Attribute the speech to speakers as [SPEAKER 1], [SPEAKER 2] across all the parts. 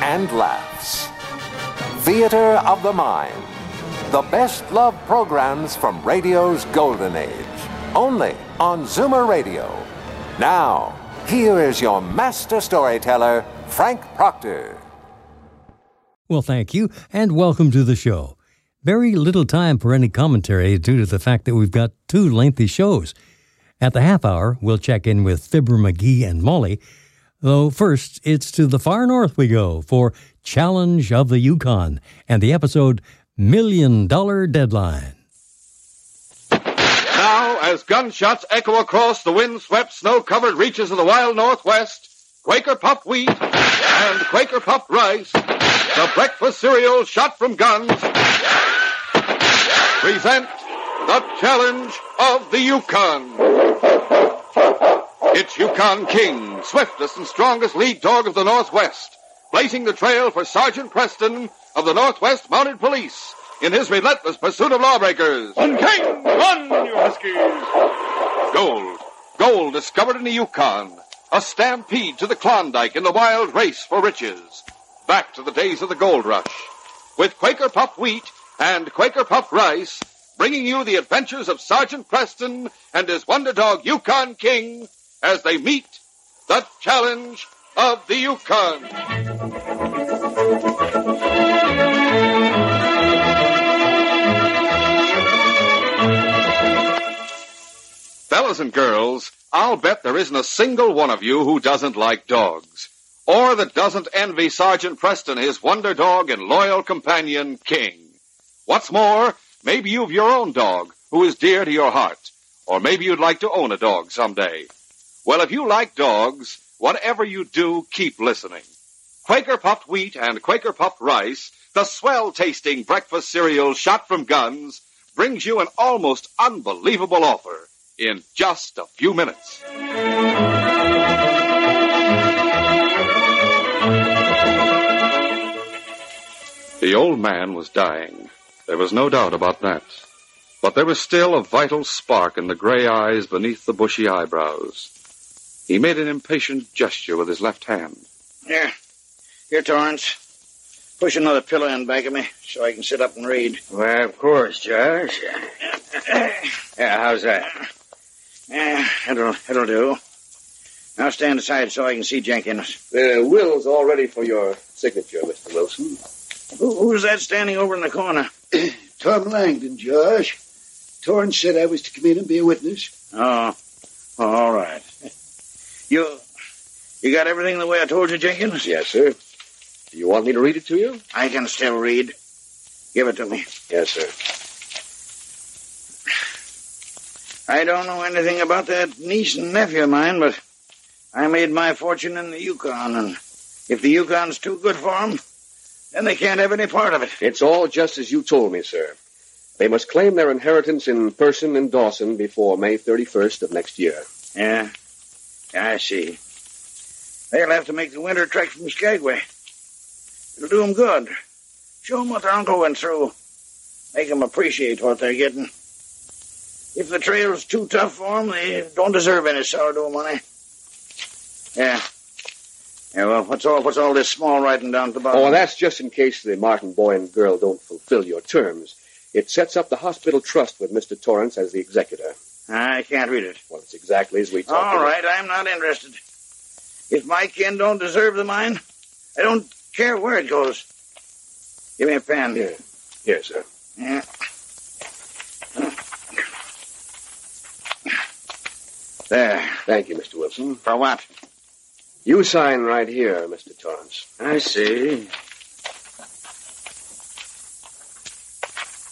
[SPEAKER 1] and laughs. Theater of the Mind. The best love programs from radio's golden age. Only on Zoomer Radio. Now, here is your master storyteller, Frank Proctor.
[SPEAKER 2] Well, thank you, and welcome to the show. Very little time for any commentary due to the fact that we've got two lengthy shows. At the half hour, we'll check in with Fibber McGee and Molly, though first, it's to the far north we go for Challenge of the Yukon and the episode Million Dollar Deadline.
[SPEAKER 3] Now, as gunshots echo across the wind-swept, snow-covered reaches of the wild Northwest, Quaker Puff wheat and Quaker Puff rice, the breakfast cereal shot from guns, present the challenge of the Yukon. It's Yukon King, swiftest and strongest lead dog of the Northwest, blazing the trail for Sergeant Preston of the Northwest Mounted Police in his relentless pursuit of lawbreakers.
[SPEAKER 4] One king, one, you huskies.
[SPEAKER 3] Gold. Gold discovered in the Yukon. A stampede to the Klondike in the wild race for riches. Back to the days of the gold rush. With Quaker Puff Wheat and Quaker Puff Rice, bringing you the adventures of Sergeant Preston and his wonder dog Yukon King as they meet the challenge of the Yukon. Fellas and girls, I'll bet there isn't a single one of you who doesn't like dogs, or that doesn't envy Sergeant Preston, his wonder dog and loyal companion, King. What's more, maybe you've your own dog who is dear to your heart, or maybe you'd like to own a dog someday. Well, if you like dogs, whatever you do, keep listening. Quaker Puffed Wheat and Quaker Puffed Rice, the swell tasting breakfast cereal shot from guns, brings you an almost unbelievable offer in just a few minutes. The old man was dying. There was no doubt about that. But there was still a vital spark in the gray eyes beneath the bushy eyebrows. He made an impatient gesture with his left hand.
[SPEAKER 5] Here. Here, Torrance. Push another pillow in back of me so I can sit up and read.
[SPEAKER 6] Why, of course, Josh. Yeah, how's that?
[SPEAKER 5] Eh, it'll, it'll do. Now stand aside so I can see Jenkins.
[SPEAKER 7] The Uh, will's all ready for your signature, Mr. Wilson.
[SPEAKER 5] Who, who's that standing over in the corner?
[SPEAKER 8] Tom Langdon, Josh. Torrance said I was to come in and be a witness.
[SPEAKER 5] Oh, oh, all right. You, you got everything the way I told you, Jenkins?
[SPEAKER 7] Yes, sir. Do you want me to read it to you?
[SPEAKER 5] I can still read. Give it to me.
[SPEAKER 7] Yes, sir.
[SPEAKER 5] I don't know anything about that niece and nephew of mine, but I made my fortune in the Yukon, and if the Yukon's too good for 'em, then they can't have any part of it.
[SPEAKER 7] It's all just as you told me, sir. They must claim their inheritance in person in Dawson before May 31st of next year.
[SPEAKER 5] Yeah, I see. They'll have to make the winter trek from Skagway. It'll do 'em good. Show 'em what their uncle went through. Make 'em appreciate what they're getting. If the trail's too tough for 'em, they don't deserve any sourdough money. Yeah. Yeah, well, what's all, what's all this small writing down at the bottom?
[SPEAKER 7] Oh, that's just in case the Martin boy and girl don't fulfill your terms. It sets up the hospital trust with Mr. Torrance as the executor.
[SPEAKER 5] I can't read it.
[SPEAKER 7] Well, it's exactly as we talked
[SPEAKER 5] All
[SPEAKER 7] about.
[SPEAKER 5] right, I'm not interested. If my kin don't deserve the mine, I don't care where it goes. Give me a pen.
[SPEAKER 7] Yeah. Here, sir.
[SPEAKER 5] Yeah. There.
[SPEAKER 7] Thank you, Mr. Wilson.
[SPEAKER 5] For what?
[SPEAKER 7] You sign right here, Mr. Torrance.
[SPEAKER 6] I see.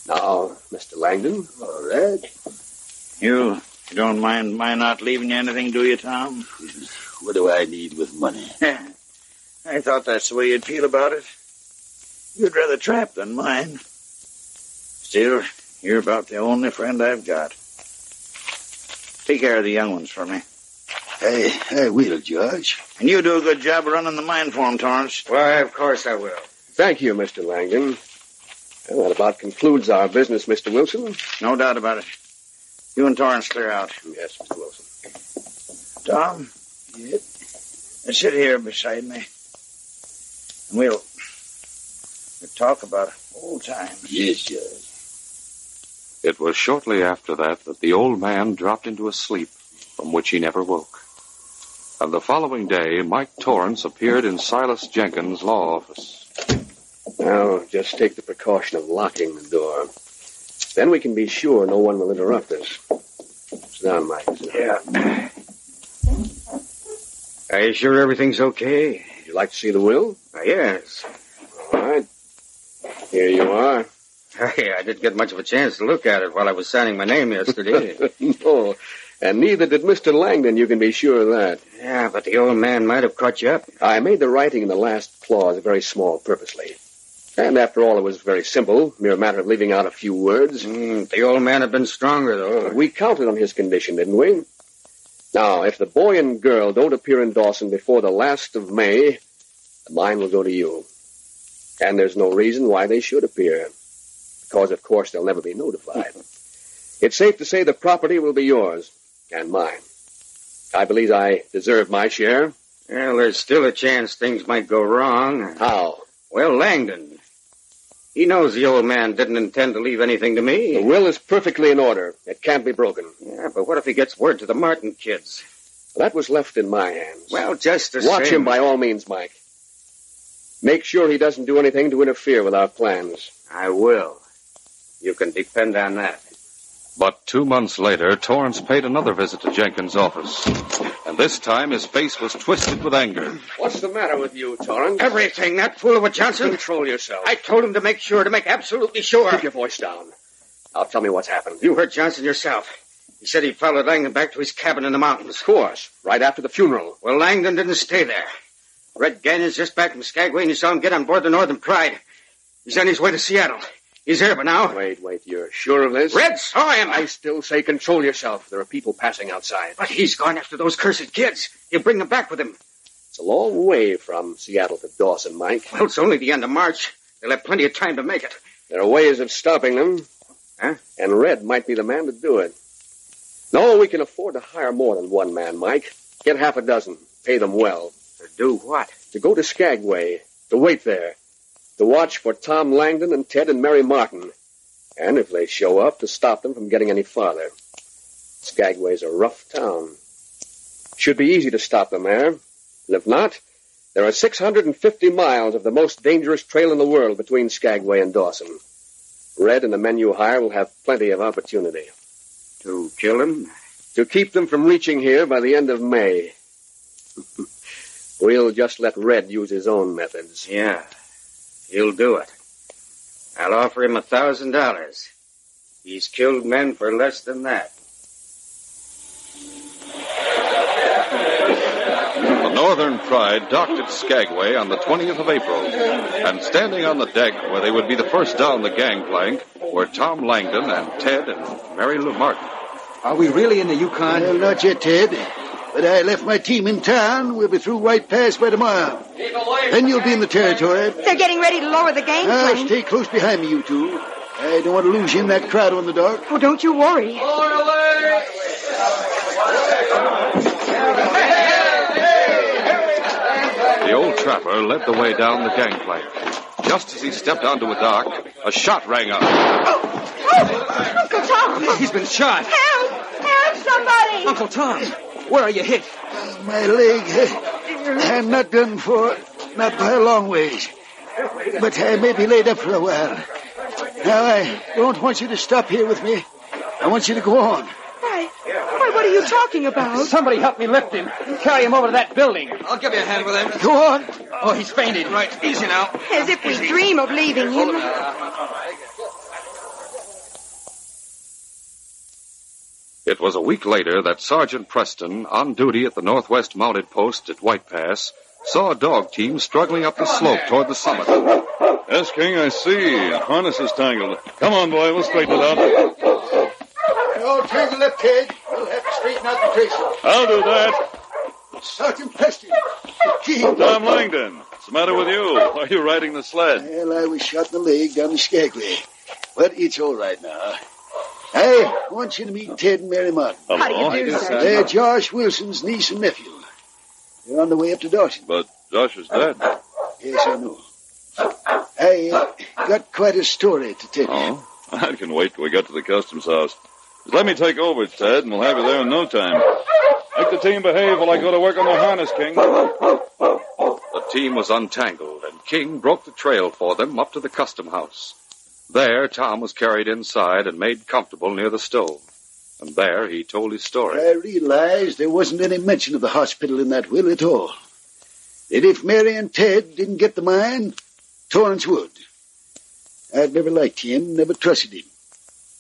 [SPEAKER 7] Now, Mr. Langdon.
[SPEAKER 8] All right.
[SPEAKER 5] You don't mind my not leaving you anything, do you, Tom?
[SPEAKER 6] What do I need with money?
[SPEAKER 5] I thought that's the way you'd feel about it. You'd rather trap than mine. Still, you're about the only friend I've got. Take care of the young ones for me.
[SPEAKER 6] Hey, hey, will, George.
[SPEAKER 5] And you do a good job running the mine for 'em, Torrance.
[SPEAKER 6] Why, of course I will.
[SPEAKER 7] Thank you, Mr. Langdon. Well, that about concludes our business, Mr. Wilson.
[SPEAKER 5] No doubt about it. You and Torrance clear out.
[SPEAKER 7] Yes, Mr. Wilson.
[SPEAKER 5] Tom? Yep. Sit here beside me. And we'll, we'll talk about old times.
[SPEAKER 6] Yes, George.
[SPEAKER 3] It was shortly after that that the old man dropped into a sleep from which he never woke. And the following day, Mike Torrance appeared in Silas Jenkins' law office.
[SPEAKER 7] Now, just take the precaution of locking the door. Then we can be sure no one will interrupt us. Sit down, Mike. Sit down.
[SPEAKER 6] Yeah. Are you sure everything's okay?
[SPEAKER 7] Would you like to see the will?
[SPEAKER 6] Uh, yes.
[SPEAKER 7] All right. Here you are.
[SPEAKER 6] Hey, I didn't get much of a chance to look at it while I was signing my name yesterday.
[SPEAKER 7] no, and neither did Mr. Langdon, you can be sure of that.
[SPEAKER 6] Yeah, but the old man might have caught you up.
[SPEAKER 7] I made the writing in the last clause very small purposely. And after all, it was very simple, mere matter of leaving out a few words.
[SPEAKER 6] Mm, the old man had been stronger, though.
[SPEAKER 7] We counted on his condition, didn't we? Now, if the boy and girl don't appear in Dawson before the last of May, the mine will go to you. And there's no reason why they should appear, because, of course, they'll never be notified. it's safe to say the property will be yours and mine. I believe I deserve my share.
[SPEAKER 6] Well, there's still a chance things might go wrong.
[SPEAKER 7] How?
[SPEAKER 6] Well, Langdon. He knows the old man didn't intend to leave anything to me.
[SPEAKER 7] The will is perfectly in order. It can't be broken.
[SPEAKER 6] Yeah, but what if he gets word to the Martin kids?
[SPEAKER 7] That was left in my hands.
[SPEAKER 6] Well, just the
[SPEAKER 7] Watch
[SPEAKER 6] same.
[SPEAKER 7] him by all means, Mike. Make sure he doesn't do anything to interfere with our plans.
[SPEAKER 6] I will. You can depend on that.
[SPEAKER 3] But two months later, Torrance paid another visit to Jenkins' office. And this time his face was twisted with anger.
[SPEAKER 7] What's the matter with you, Torrance?
[SPEAKER 6] Everything. That fool of a Johnson.
[SPEAKER 7] Control yourself.
[SPEAKER 6] I told him to make sure, to make absolutely sure.
[SPEAKER 7] Keep your voice down. Now tell me what's happened.
[SPEAKER 6] You heard Johnson yourself. He said he followed Langdon back to his cabin in the mountains.
[SPEAKER 7] Of course, right after the funeral.
[SPEAKER 6] Well, Langdon didn't stay there. Red Gannon's just back from Skagway, and you saw him get on board the Northern Pride. He's on his way to Seattle. He's here by now.
[SPEAKER 7] Wait, wait, you're sure of this?
[SPEAKER 6] Red saw him.
[SPEAKER 7] I still say control yourself. There are people passing outside.
[SPEAKER 6] But he's gone after those cursed kids. He'll bring them back with him.
[SPEAKER 7] It's a long way from Seattle to Dawson, Mike.
[SPEAKER 6] Well, it's only the end of March. They'll have plenty of time to make it.
[SPEAKER 7] There are ways of stopping them.
[SPEAKER 6] Huh?
[SPEAKER 7] And Red might be the man to do it. No, we can afford to hire more than one man, Mike. Get half a dozen. Pay them well.
[SPEAKER 6] To do what?
[SPEAKER 7] To go to Skagway. To wait there. To watch for Tom Langdon and Ted and Mary Martin. And if they show up, to stop them from getting any farther. Skagway's a rough town. Should be easy to stop them there. And if not, there are 650 miles of the most dangerous trail in the world between Skagway and Dawson. Red and the men you hire will have plenty of opportunity.
[SPEAKER 6] To kill him?
[SPEAKER 7] To keep them from reaching here by the end of May. we'll just let Red use his own methods.
[SPEAKER 6] Yeah. He'll do it. I'll offer him a thousand dollars. He's killed men for less than that.
[SPEAKER 3] The Northern Pride docked at Skagway on the 20th of April, and standing on the deck where they would be the first down the gangplank were Tom Langdon and Ted and Mary Lou Martin.
[SPEAKER 9] Are we really in the Yukon?
[SPEAKER 8] Well, not yet, Ted. But I left my team in town. We'll be through White Pass by tomorrow. Then you'll be in the territory.
[SPEAKER 10] They're getting ready to lower the gang
[SPEAKER 8] Now,
[SPEAKER 10] plank.
[SPEAKER 8] stay close behind me, you two. I don't want to lose you in that crowd on the dark.
[SPEAKER 10] Oh, don't you worry.
[SPEAKER 3] The old trapper led the way down the gangplank. Just as he stepped onto a dock, a shot rang out.
[SPEAKER 10] Oh, Uncle Tom!
[SPEAKER 9] He's been shot.
[SPEAKER 10] Help! Help somebody!
[SPEAKER 9] Uncle Tom, where are you hit?
[SPEAKER 8] My leg. I'm not done for. Not by a long ways. But I may be laid up for a while. Now, I don't want you to stop here with me. I want you to go on.
[SPEAKER 10] Why, why, what are you talking about?
[SPEAKER 9] Somebody help me lift him. Carry him over to that building.
[SPEAKER 11] I'll give you a hand with him.
[SPEAKER 8] Go on.
[SPEAKER 9] Oh, he's fainted. Right.
[SPEAKER 11] Easy now.
[SPEAKER 10] As if we dream of leaving him.
[SPEAKER 3] It was a week later that Sergeant Preston, on duty at the Northwest Mounted Post at White Pass, saw a dog team struggling up the slope toward the summit.
[SPEAKER 11] Yes, King, I see. Harness is tangled. Come on, boy. We'll straighten it out.
[SPEAKER 8] No, turn the left, Ted. We'll have to straighten out the tracer.
[SPEAKER 11] I'll do that.
[SPEAKER 8] Sergeant Preston, the king.
[SPEAKER 11] Tom Langdon, what's the matter with you? Why are you riding the sled?
[SPEAKER 8] Well, I was shot in the leg down the Skagway, but it's all right now. I want you to meet Ted and Mary Martin.
[SPEAKER 11] How do you Hello. do, sir?
[SPEAKER 8] They're Josh Wilson's niece and nephew. They're on the way up to Dawson.
[SPEAKER 11] But Josh is dead.
[SPEAKER 8] Yes, I know. I uh, got quite a story to tell you.
[SPEAKER 11] Oh, I can wait till we get to the customs house. Just let me take over, Ted, and we'll have you there in no time. Make the team behave while I go to work on the harness, King.
[SPEAKER 3] The team was untangled, and King broke the trail for them up to the custom house. There, Tom was carried inside and made comfortable near the stove. And there he told his story.
[SPEAKER 8] I realized there wasn't any mention of the hospital in that will at all. That if Mary and Ted didn't get the mine, Torrance would. I'd never liked him, never trusted him.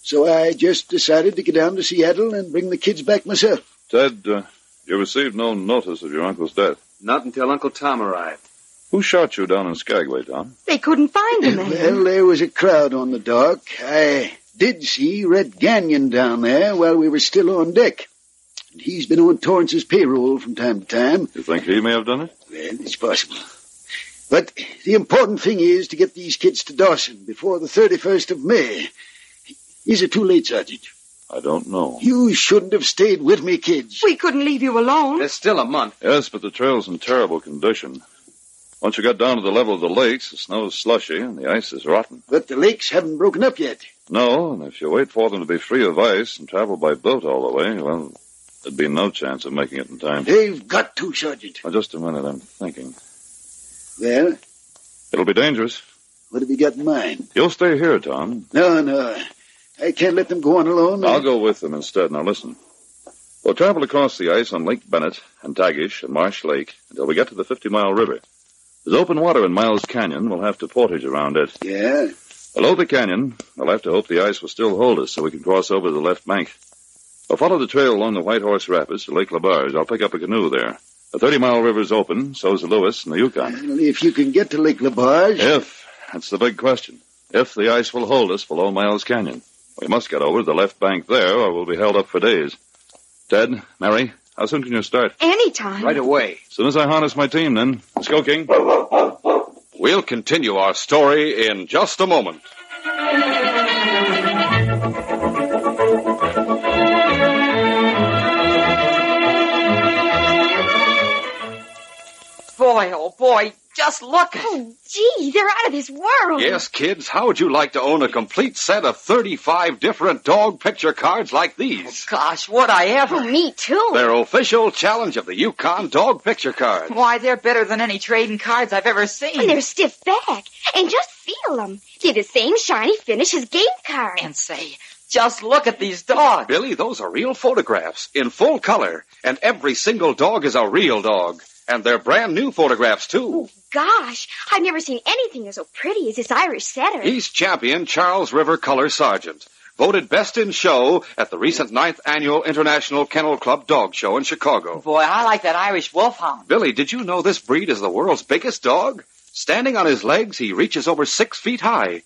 [SPEAKER 8] So I just decided to get down to Seattle and bring the kids back myself.
[SPEAKER 11] Ted, uh, you received no notice of your uncle's death.
[SPEAKER 6] Not until Uncle Tom arrived.
[SPEAKER 11] Who shot you down in Skagway, Tom?
[SPEAKER 10] They couldn't find him.
[SPEAKER 8] Well, there was a crowd on the dock. I did see Red Gagnon down there while we were still on deck. And he's been on Torrance's payroll from time to time.
[SPEAKER 11] You think he may have done it?
[SPEAKER 8] Well, it's possible. But the important thing is to get these kids to Dawson before the 31st of May. Is it too late, Sergeant?
[SPEAKER 11] I don't know.
[SPEAKER 8] You shouldn't have stayed with me, kids.
[SPEAKER 10] We couldn't leave you alone.
[SPEAKER 6] There's still a month.
[SPEAKER 11] Yes, but the trail's in terrible condition. Once you got down to the level of the lakes, the snow's slushy and the ice is rotten.
[SPEAKER 8] But the lakes haven't broken up yet.
[SPEAKER 11] No, and if you wait for them to be free of ice and travel by boat all the way, well, there'd be no chance of making it in time.
[SPEAKER 8] They've got to, Sergeant.
[SPEAKER 11] Now, just a minute, I'm thinking.
[SPEAKER 8] Well,
[SPEAKER 11] It'll be dangerous.
[SPEAKER 8] what have you got in mind?
[SPEAKER 11] You'll stay here, Tom.
[SPEAKER 8] No, no. I can't let them go on alone.
[SPEAKER 11] I'll go with them instead. Now listen. We'll travel across the ice on Lake Bennett and Tagish and Marsh Lake until we get to the 50 mile river. There's open water in Miles Canyon. We'll have to portage around it.
[SPEAKER 8] Yeah.
[SPEAKER 11] Below the canyon, we'll have to hope the ice will still hold us so we can cross over to the left bank. We'll follow the trail along the White Horse Rapids to Lake Labarge. I'll pick up a canoe there. The 30 mile river's open, so's the Lewis and the Yukon.
[SPEAKER 8] Well, If you can get to Lake Labarge.
[SPEAKER 11] If, that's the big question. If the ice will hold us below Miles Canyon. We must get over to the left bank there or we'll be held up for days. Ted, Mary, how soon can you start?
[SPEAKER 10] Anytime.
[SPEAKER 6] Right away.
[SPEAKER 11] As soon as I harness my team, then. Let's go, King.
[SPEAKER 3] We'll continue our story in just a moment.
[SPEAKER 12] Boy, oh boy, just look.
[SPEAKER 10] Oh, gee, they're out of this world.
[SPEAKER 3] Yes, kids, how would you like to own a complete set of 35 different dog picture cards like these?
[SPEAKER 12] Gosh, would I
[SPEAKER 10] Oh,
[SPEAKER 12] ever?
[SPEAKER 10] me too.
[SPEAKER 3] Their official challenge of the Yukon Dog Picture Card.
[SPEAKER 12] Why, they're better than any trading cards I've ever
[SPEAKER 10] And
[SPEAKER 12] seen.
[SPEAKER 10] they're stiff back. And just feel them. They're the same shiny finish as game cards.
[SPEAKER 12] And say, just look at these dogs.
[SPEAKER 3] Billy, those are real photographs in full color, and every single dog is a real dog. And they're brand new photographs, too.
[SPEAKER 10] Gosh, I've never seen anything so pretty as this Irish setter.
[SPEAKER 3] He's champion Charles River Color Sergeant, voted best in show at the recent ninth annual International Kennel Club Dog Show in Chicago.
[SPEAKER 12] Boy, I like that Irish wolfhound.
[SPEAKER 3] Billy, did you know this breed is the world's biggest dog? Standing on his legs, he reaches over six feet high.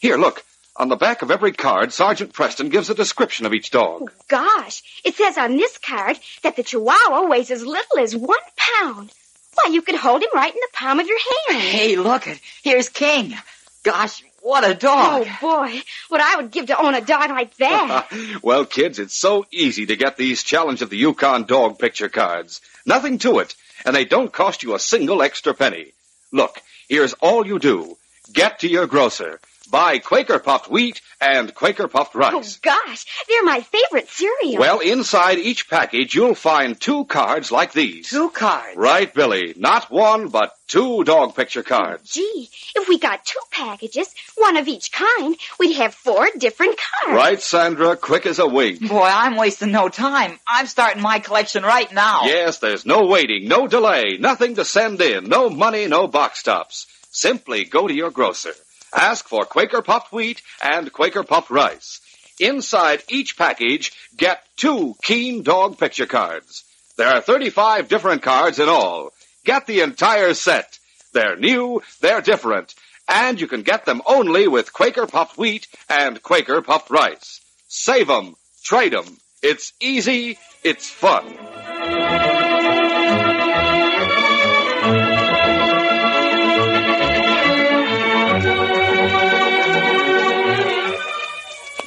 [SPEAKER 3] Here, look. On the back of every card, Sergeant Preston gives a description of each dog.
[SPEAKER 10] Gosh, it says on this card that the Chihuahua weighs as little as one pound. Why, you could hold him right in the palm of your hand.
[SPEAKER 12] Hey, look at here's King. Gosh, what a dog.
[SPEAKER 10] Oh, boy, what I would give to own a dog like that.
[SPEAKER 3] well, kids, it's so easy to get these Challenge of the Yukon dog picture cards. Nothing to it, and they don't cost you a single extra penny. Look, here's all you do. Get to your grocer. Buy Quaker Puffed Wheat and Quaker Puffed
[SPEAKER 10] Oh,
[SPEAKER 3] Rice.
[SPEAKER 10] gosh, they're my favorite cereal.
[SPEAKER 3] Well, inside each package, you'll find two cards like these.
[SPEAKER 12] Two cards.
[SPEAKER 3] Right, Billy. Not one, but two dog picture cards.
[SPEAKER 10] Gee, if we got two packages, one of each kind, we'd have four different cards.
[SPEAKER 3] Right, Sandra? Quick as a wink.
[SPEAKER 12] Boy, I'm wasting no time. I'm starting my collection right now.
[SPEAKER 3] Yes, there's no waiting, no delay, nothing to send in, no money, no box tops. Simply go to your grocer. Ask for Quaker puffed wheat and Quaker puffed rice. Inside each package, get two Keen Dog picture cards. There are 35 different cards in all. Get the entire set. They're new, they're different, and you can get them only with Quaker puffed wheat and Quaker puffed rice. Save 'em, trade 'em. It's easy, it's fun.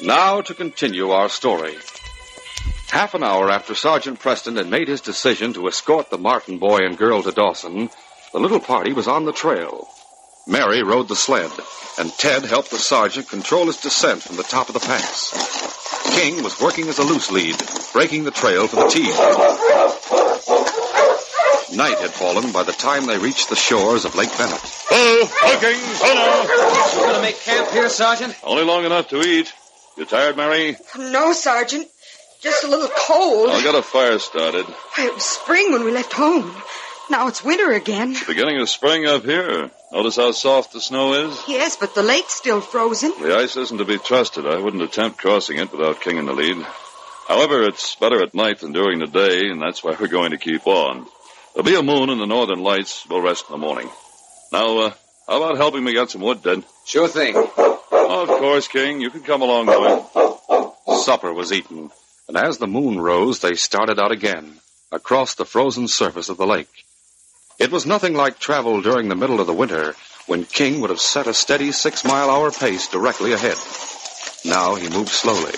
[SPEAKER 3] Now to continue our story. Half an hour after Sergeant Preston had made his decision to escort the Martin boy and girl to Dawson, the little party was on the trail. Mary rode the sled, and Ted helped the sergeant control his descent from the top of the pass. King was working as a loose lead, breaking the trail for the team. Night had fallen by the time they reached the shores of Lake Bennett.
[SPEAKER 11] Oh, looking, oh
[SPEAKER 9] You gonna make camp here, Sergeant?
[SPEAKER 11] no! Only long enough to eat. You tired, Mary?
[SPEAKER 12] No, Sergeant. Just a little cold.
[SPEAKER 11] I got a fire started.
[SPEAKER 12] Why, It was spring when we left home. Now it's winter again.
[SPEAKER 11] Beginning of spring up here. Notice how soft the snow is?
[SPEAKER 12] Yes, but the lake's still frozen.
[SPEAKER 11] The ice isn't to be trusted. I wouldn't attempt crossing it without King in the lead. However, it's better at night than during the day, and that's why we're going to keep on. There'll be a moon and the northern lights. We'll rest in the morning. Now, uh, how about helping me get some wood, Dad?
[SPEAKER 6] Sure thing.
[SPEAKER 11] of course, King. You can come along with me.
[SPEAKER 3] Supper was eaten, and as the moon rose, they started out again across the frozen surface of the lake. It was nothing like travel during the middle of the winter when King would have set a steady six mile hour pace directly ahead. Now he moved slowly,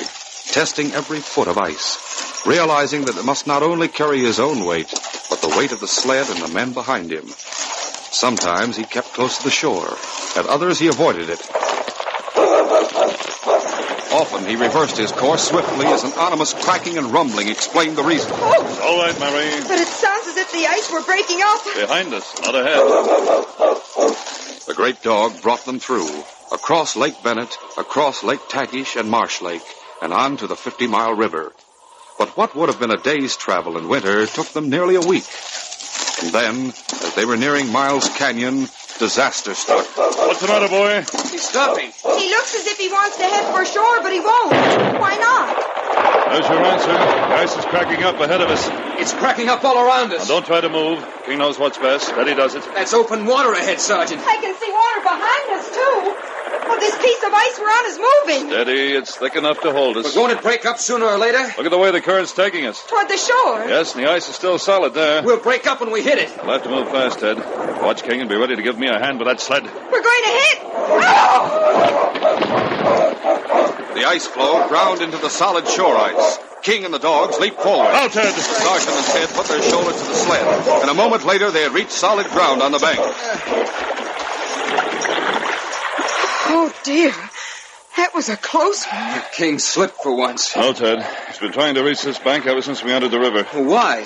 [SPEAKER 3] testing every foot of ice, realizing that it must not only carry his own weight, but the weight of the sled and the men behind him. Sometimes he kept close to the shore, at others he avoided it, Often he reversed his course swiftly as an ominous cracking and rumbling explained the reason.
[SPEAKER 11] All right, Mary.
[SPEAKER 12] Oh, But it sounds as if the ice were breaking up.
[SPEAKER 11] Behind us, not ahead.
[SPEAKER 3] The great dog brought them through, across Lake Bennett, across Lake Tagish and Marsh Lake, and on to the 50 mile river. But what would have been a day's travel in winter took them nearly a week. And then, as they were nearing Miles Canyon, disaster struck.
[SPEAKER 11] What's the matter, boy?
[SPEAKER 3] He's stopping.
[SPEAKER 12] He looks as if he wants to head for shore, but he won't. Why not?
[SPEAKER 11] There's your answer. The ice is cracking up ahead of us.
[SPEAKER 9] It's cracking up all around us.
[SPEAKER 11] Now, don't try to move. King knows what's best. Steady does it.
[SPEAKER 9] That's open water ahead, Sergeant.
[SPEAKER 12] I can see water behind us, too. Well, this piece of ice we're on is moving
[SPEAKER 11] Steady. It's thick enough to hold us.
[SPEAKER 9] We're going to break up sooner or later.
[SPEAKER 11] Look at the way the current's taking us.
[SPEAKER 12] toward the shore.
[SPEAKER 11] Yes, and the ice is still solid there.
[SPEAKER 9] We'll break up when we hit it.
[SPEAKER 11] I'll have to move fast, Ted. Watch King and be ready to give me a hand with that sled.
[SPEAKER 12] We're going to hit. Ah!
[SPEAKER 3] The ice floe ground into the solid shore ice. King and the dogs leaped forward.
[SPEAKER 11] Now, Ted!
[SPEAKER 3] Sergeant and Ted put their shoulder to the sled, and a moment later they had reached solid ground on the bank.
[SPEAKER 12] Oh, dear. That was a close one.
[SPEAKER 11] King slipped for once. No, Ted. He's been trying to reach this bank ever since we entered the river.
[SPEAKER 9] Why?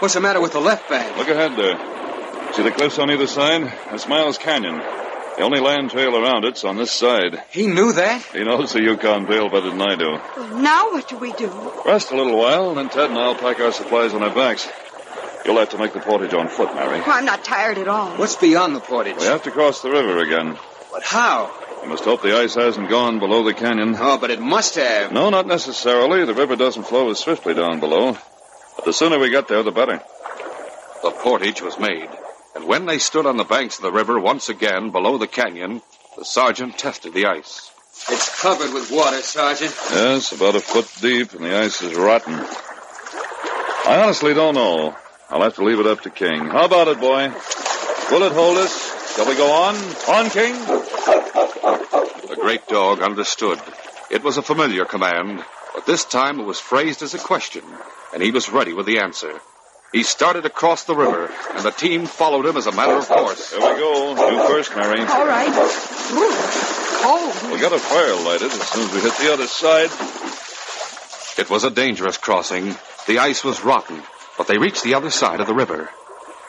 [SPEAKER 9] What's the matter with the left bank?
[SPEAKER 11] Look ahead there. See the cliffs on either side? That's Miles Canyon. The only land trail around it's on this side.
[SPEAKER 9] He knew that?
[SPEAKER 11] He knows the Yukon trail better than I do.
[SPEAKER 12] Well, now what do we do?
[SPEAKER 11] Rest a little while, and then Ted and I'll pack our supplies on our backs. You'll have to make the portage on foot, Mary.
[SPEAKER 12] Well, I'm not tired at all.
[SPEAKER 9] What's beyond the portage?
[SPEAKER 11] We have to cross the river again.
[SPEAKER 9] But how?
[SPEAKER 11] You must hope the ice hasn't gone below the canyon.
[SPEAKER 9] Oh, but it must have.
[SPEAKER 11] No, not necessarily. The river doesn't flow as swiftly down below. But the sooner we get there, the better.
[SPEAKER 3] The portage was made, and when they stood on the banks of the river once again below the canyon, the sergeant tested the ice.
[SPEAKER 9] It's covered with water, Sergeant.
[SPEAKER 11] Yes, about a foot deep, and the ice is rotten. I honestly don't know. I'll have to leave it up to King. How about it, boy? Will it hold us? Shall we go on? On, King?
[SPEAKER 3] The great dog understood. It was a familiar command, but this time it was phrased as a question, and he was ready with the answer. He started across the river, and the team followed him as a matter of course.
[SPEAKER 11] Here we go. You first, Mary.
[SPEAKER 12] All right. Ooh,
[SPEAKER 11] We got a fire lighted as soon as we hit the other side.
[SPEAKER 3] It was a dangerous crossing. The ice was rotten, but they reached the other side of the river.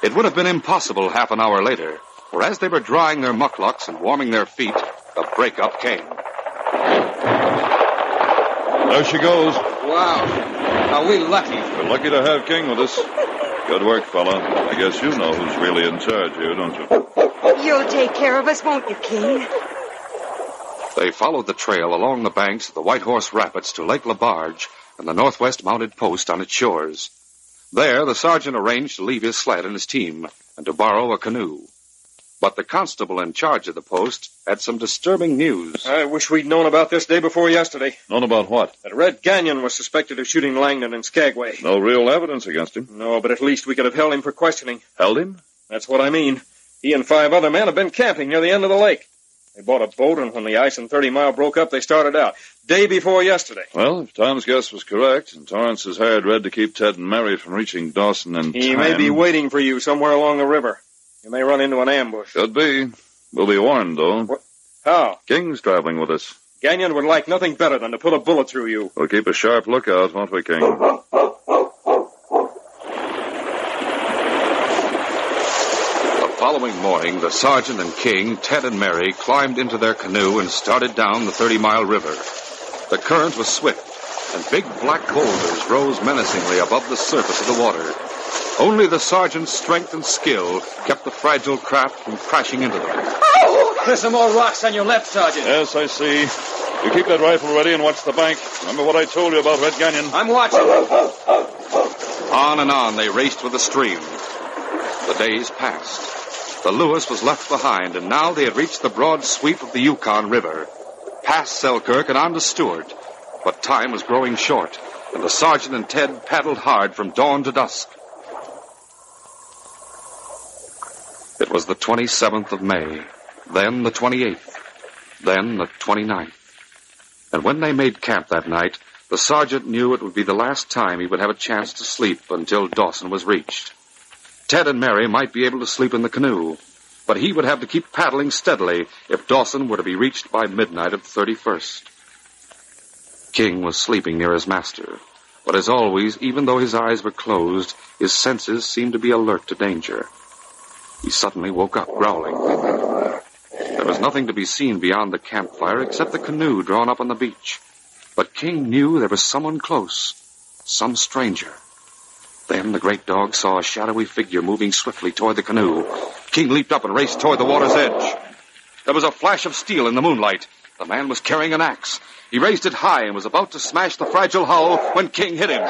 [SPEAKER 3] It would have been impossible half an hour later, for as they were drying their mucklucks and warming their feet, the breakup came.
[SPEAKER 11] There she goes.
[SPEAKER 9] Wow. Are we lucky?
[SPEAKER 11] We're lucky to have King with us. Good work, fella. I guess you know who's really in charge here, don't you?
[SPEAKER 12] cold. You'll take care of us, won't you, King?
[SPEAKER 3] They followed the trail along the banks of the White Horse Rapids to Lake Labarge and the Northwest Mounted Post on its shores. There, the sergeant arranged to leave his sled and his team and to borrow a canoe. But the constable in charge of the post had some disturbing news.
[SPEAKER 9] I wish we'd known about this day before yesterday.
[SPEAKER 11] Known about what?
[SPEAKER 9] That Red Gagnon was suspected of shooting Langdon and Skagway.
[SPEAKER 11] No real evidence against him.
[SPEAKER 9] No, but at least we could have held him for questioning.
[SPEAKER 11] Held him?
[SPEAKER 9] That's what I mean. He and five other men have been camping near the end of the lake. They bought a boat, and when the ice in 30 Mile broke up, they started out. Day before yesterday.
[SPEAKER 11] Well, if Tom's guess was correct, and Torrance has hired Red to keep Ted and Mary from reaching Dawson in
[SPEAKER 9] He
[SPEAKER 11] time...
[SPEAKER 9] may be waiting for you somewhere along the river. You may run into an ambush.
[SPEAKER 11] Should be. We'll be warned, though.
[SPEAKER 9] How?
[SPEAKER 11] King's traveling with us.
[SPEAKER 9] Gagnon would like nothing better than to put a bullet through you.
[SPEAKER 11] We'll keep a sharp lookout, won't we, King?
[SPEAKER 3] The following morning, the sergeant and King, Ted and Mary, climbed into their canoe and started down the 30 mile river. The current was swift, and big black boulders rose menacingly above the surface of the water. Only the sergeant's strength and skill kept the fragile craft from crashing into them.
[SPEAKER 9] There's some more rocks on your left, Sergeant.
[SPEAKER 11] Yes, I see. You keep that rifle ready and watch the bank. Remember what I told you about Red Canyon.
[SPEAKER 9] I'm watching.
[SPEAKER 3] On and on they raced with the stream. The days passed. The Lewis was left behind, and now they had reached the broad sweep of the Yukon River, past Selkirk and on to Stewart. But time was growing short, and the sergeant and Ted paddled hard from dawn to dusk. It was the 27th of May, then the 28th, then the 29th. And when they made camp that night, the sergeant knew it would be the last time he would have a chance to sleep until Dawson was reached. Ted and Mary might be able to sleep in the canoe, but he would have to keep paddling steadily if Dawson were to be reached by midnight of the 31st. King was sleeping near his master, but as always, even though his eyes were closed, his senses seemed to be alert to danger. He suddenly woke up, growling. There was nothing to be seen beyond the campfire except the canoe drawn up on the beach. But King knew there was someone close, some stranger. Then the great dog saw a shadowy figure moving swiftly toward the canoe. King leaped up and raced toward the water's edge. There was a flash of steel in the moonlight. The man was carrying an axe. He raised it high and was about to smash the fragile hull when King hit him.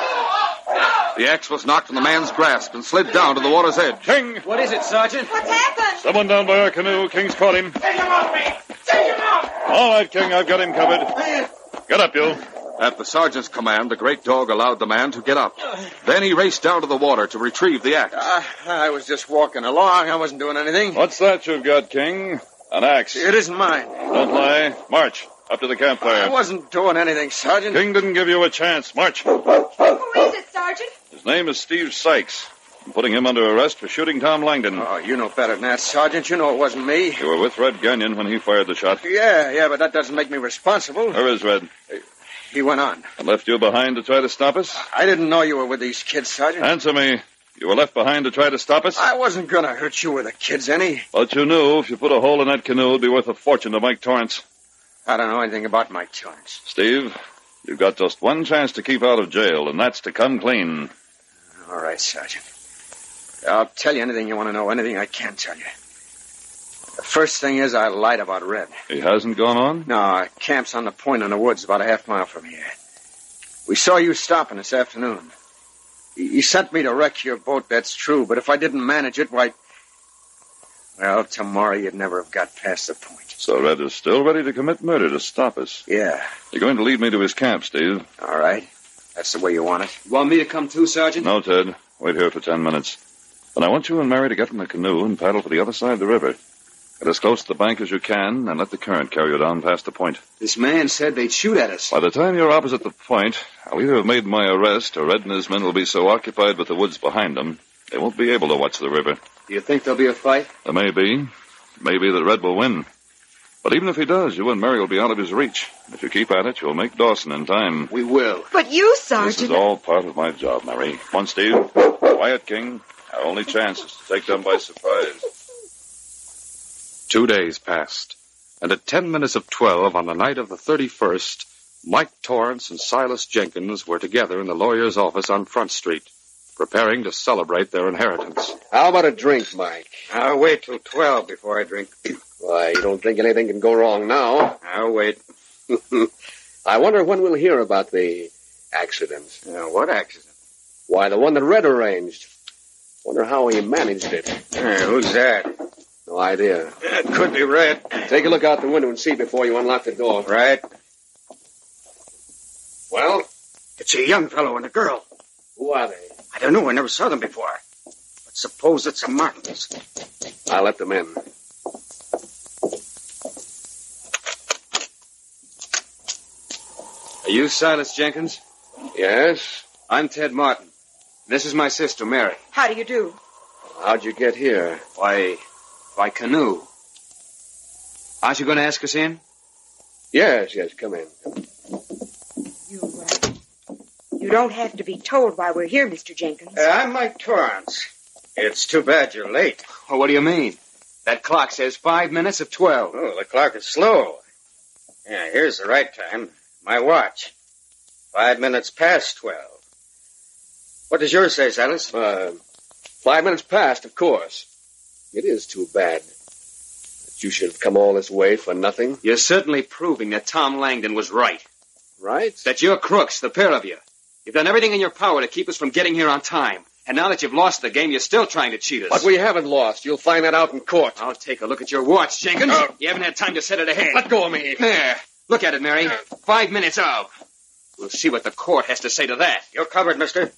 [SPEAKER 3] The axe was knocked from the man's grasp and slid down to the water's edge.
[SPEAKER 11] King!
[SPEAKER 9] What is it, Sergeant?
[SPEAKER 12] What's happened?
[SPEAKER 11] Someone down by our canoe. King's caught him.
[SPEAKER 12] Take him off me! Take him off!
[SPEAKER 11] All right, King, I've got him covered. Get up, you.
[SPEAKER 3] At the sergeant's command, the great dog allowed the man to get up. Then he raced down to the water to retrieve the axe.
[SPEAKER 9] Ah, I was just walking along. I wasn't doing anything.
[SPEAKER 11] What's that you've got, King? An axe.
[SPEAKER 9] It isn't mine.
[SPEAKER 11] Don't lie. March. Up to the
[SPEAKER 9] I
[SPEAKER 11] campfire.
[SPEAKER 9] wasn't doing anything, Sergeant.
[SPEAKER 11] King didn't give you a chance. March.
[SPEAKER 12] Who is it, Sergeant?
[SPEAKER 11] His name is Steve Sykes. I'm putting him under arrest for shooting Tom Langdon.
[SPEAKER 9] Oh, you know better than that, Sergeant. You know it wasn't me.
[SPEAKER 11] You were with Red Gagnon when he fired the shot.
[SPEAKER 9] Yeah, yeah, but that doesn't make me responsible.
[SPEAKER 11] Where is Red?
[SPEAKER 9] He went on.
[SPEAKER 11] I left you behind to try to stop us?
[SPEAKER 9] I didn't know you were with these kids, Sergeant.
[SPEAKER 11] Answer me. You were left behind to try to stop us?
[SPEAKER 9] I wasn't gonna hurt you or the kids any.
[SPEAKER 11] But you knew if you put a hole in that canoe, it'd be worth a fortune to Mike Torrance.
[SPEAKER 9] I don't know anything about my Torrance.
[SPEAKER 11] Steve, you've got just one chance to keep out of jail, and that's to come clean.
[SPEAKER 9] All right, Sergeant. I'll tell you anything you want to know, anything I can tell you. The first thing is I lied about Red.
[SPEAKER 11] He hasn't gone on?
[SPEAKER 9] No, our camp's on the point in the woods about a half mile from here. We saw you stopping this afternoon. You you sent me to wreck your boat, that's true, but if I didn't manage it, why... Well, tomorrow you'd never have got past the point.
[SPEAKER 11] So Red is still ready to commit murder to stop us.
[SPEAKER 9] Yeah,
[SPEAKER 11] You're going to lead me to his camp, Steve.
[SPEAKER 9] all right. That's the way you want it.
[SPEAKER 6] You want me to come too, Sergeant?
[SPEAKER 11] No, Ted. Wait here for ten minutes. And I want you and Mary to get in the canoe and paddle for the other side of the river. Get as close to the bank as you can, and let the current carry you down past the point.
[SPEAKER 6] This man said they'd shoot at us.
[SPEAKER 11] By the time you're opposite the point, I'll either have made my arrest, or Red and his men will be so occupied with the woods behind them, they won't be able to watch the river.
[SPEAKER 6] Do you think there'll be a fight?
[SPEAKER 11] There may be. Maybe that Red will win. But even if he does, you and Mary will be out of his reach. If you keep at it, you'll make Dawson in time.
[SPEAKER 6] We will.
[SPEAKER 12] But you,
[SPEAKER 11] This is
[SPEAKER 12] Sergeant.
[SPEAKER 11] all part of my job, Mary. Come on, Steve. Quiet, King. Our only chance is to take them by surprise.
[SPEAKER 3] Two days passed, and at ten minutes of twelve on the night of the 31st, Mike Torrance and Silas Jenkins were together in the lawyer's office on Front Street, preparing to celebrate their inheritance.
[SPEAKER 7] How about a drink, Mike?
[SPEAKER 9] I'll wait till 12 before I drink.
[SPEAKER 7] Well, Why, you don't think anything can go wrong now?
[SPEAKER 6] I'll wait.
[SPEAKER 7] I wonder when we'll hear about the accident.
[SPEAKER 6] what accident?
[SPEAKER 7] Why, the one that Red arranged. Wonder how he managed it.
[SPEAKER 6] who's that?
[SPEAKER 7] No idea.
[SPEAKER 6] It could be Red.
[SPEAKER 7] Take a look out the window and see before you unlock the door.
[SPEAKER 6] Right.
[SPEAKER 7] Well,
[SPEAKER 6] It's a young fellow and a girl.
[SPEAKER 7] who are they?
[SPEAKER 6] I don't know. I never saw them before. But suppose it's a Martins.
[SPEAKER 7] I let them in.
[SPEAKER 9] Are you Silas Jenkins?
[SPEAKER 7] Yes.
[SPEAKER 9] I'm Ted Martin. This is my sister, Mary.
[SPEAKER 12] How do you do?
[SPEAKER 7] How'd you get here?
[SPEAKER 9] Why, by canoe. Aren't you going to ask us in?
[SPEAKER 7] Yes, yes, come in.
[SPEAKER 12] You don't have to be told why we're here, Mr. Jenkins.
[SPEAKER 6] Uh, I'm Mike Torrance. It's too bad you're late.
[SPEAKER 9] Oh, what do you mean? That clock says five minutes of twelve.
[SPEAKER 6] Oh, the clock is slow. Yeah, here's the right time. My watch. Five minutes past twelve. What does yours say, Silas?
[SPEAKER 7] Uh, five minutes past, of course. It is too bad that you should have come all this way for nothing.
[SPEAKER 9] You're certainly proving that Tom Langdon was right.
[SPEAKER 7] Right?
[SPEAKER 9] That you're crooks, the pair of you. You've done everything in your power to keep us from getting here on time. And now that you've lost the game, you're still trying to cheat us.
[SPEAKER 7] But we haven't lost. You'll find that out in court.
[SPEAKER 9] I'll take a look at your watch, Jenkins.
[SPEAKER 7] Oh.
[SPEAKER 9] You haven't had time to set it ahead.
[SPEAKER 7] Let go of me.
[SPEAKER 9] There. Look at it, Mary. Five minutes of. We'll see what the court has to say to that.
[SPEAKER 6] You're covered, mister.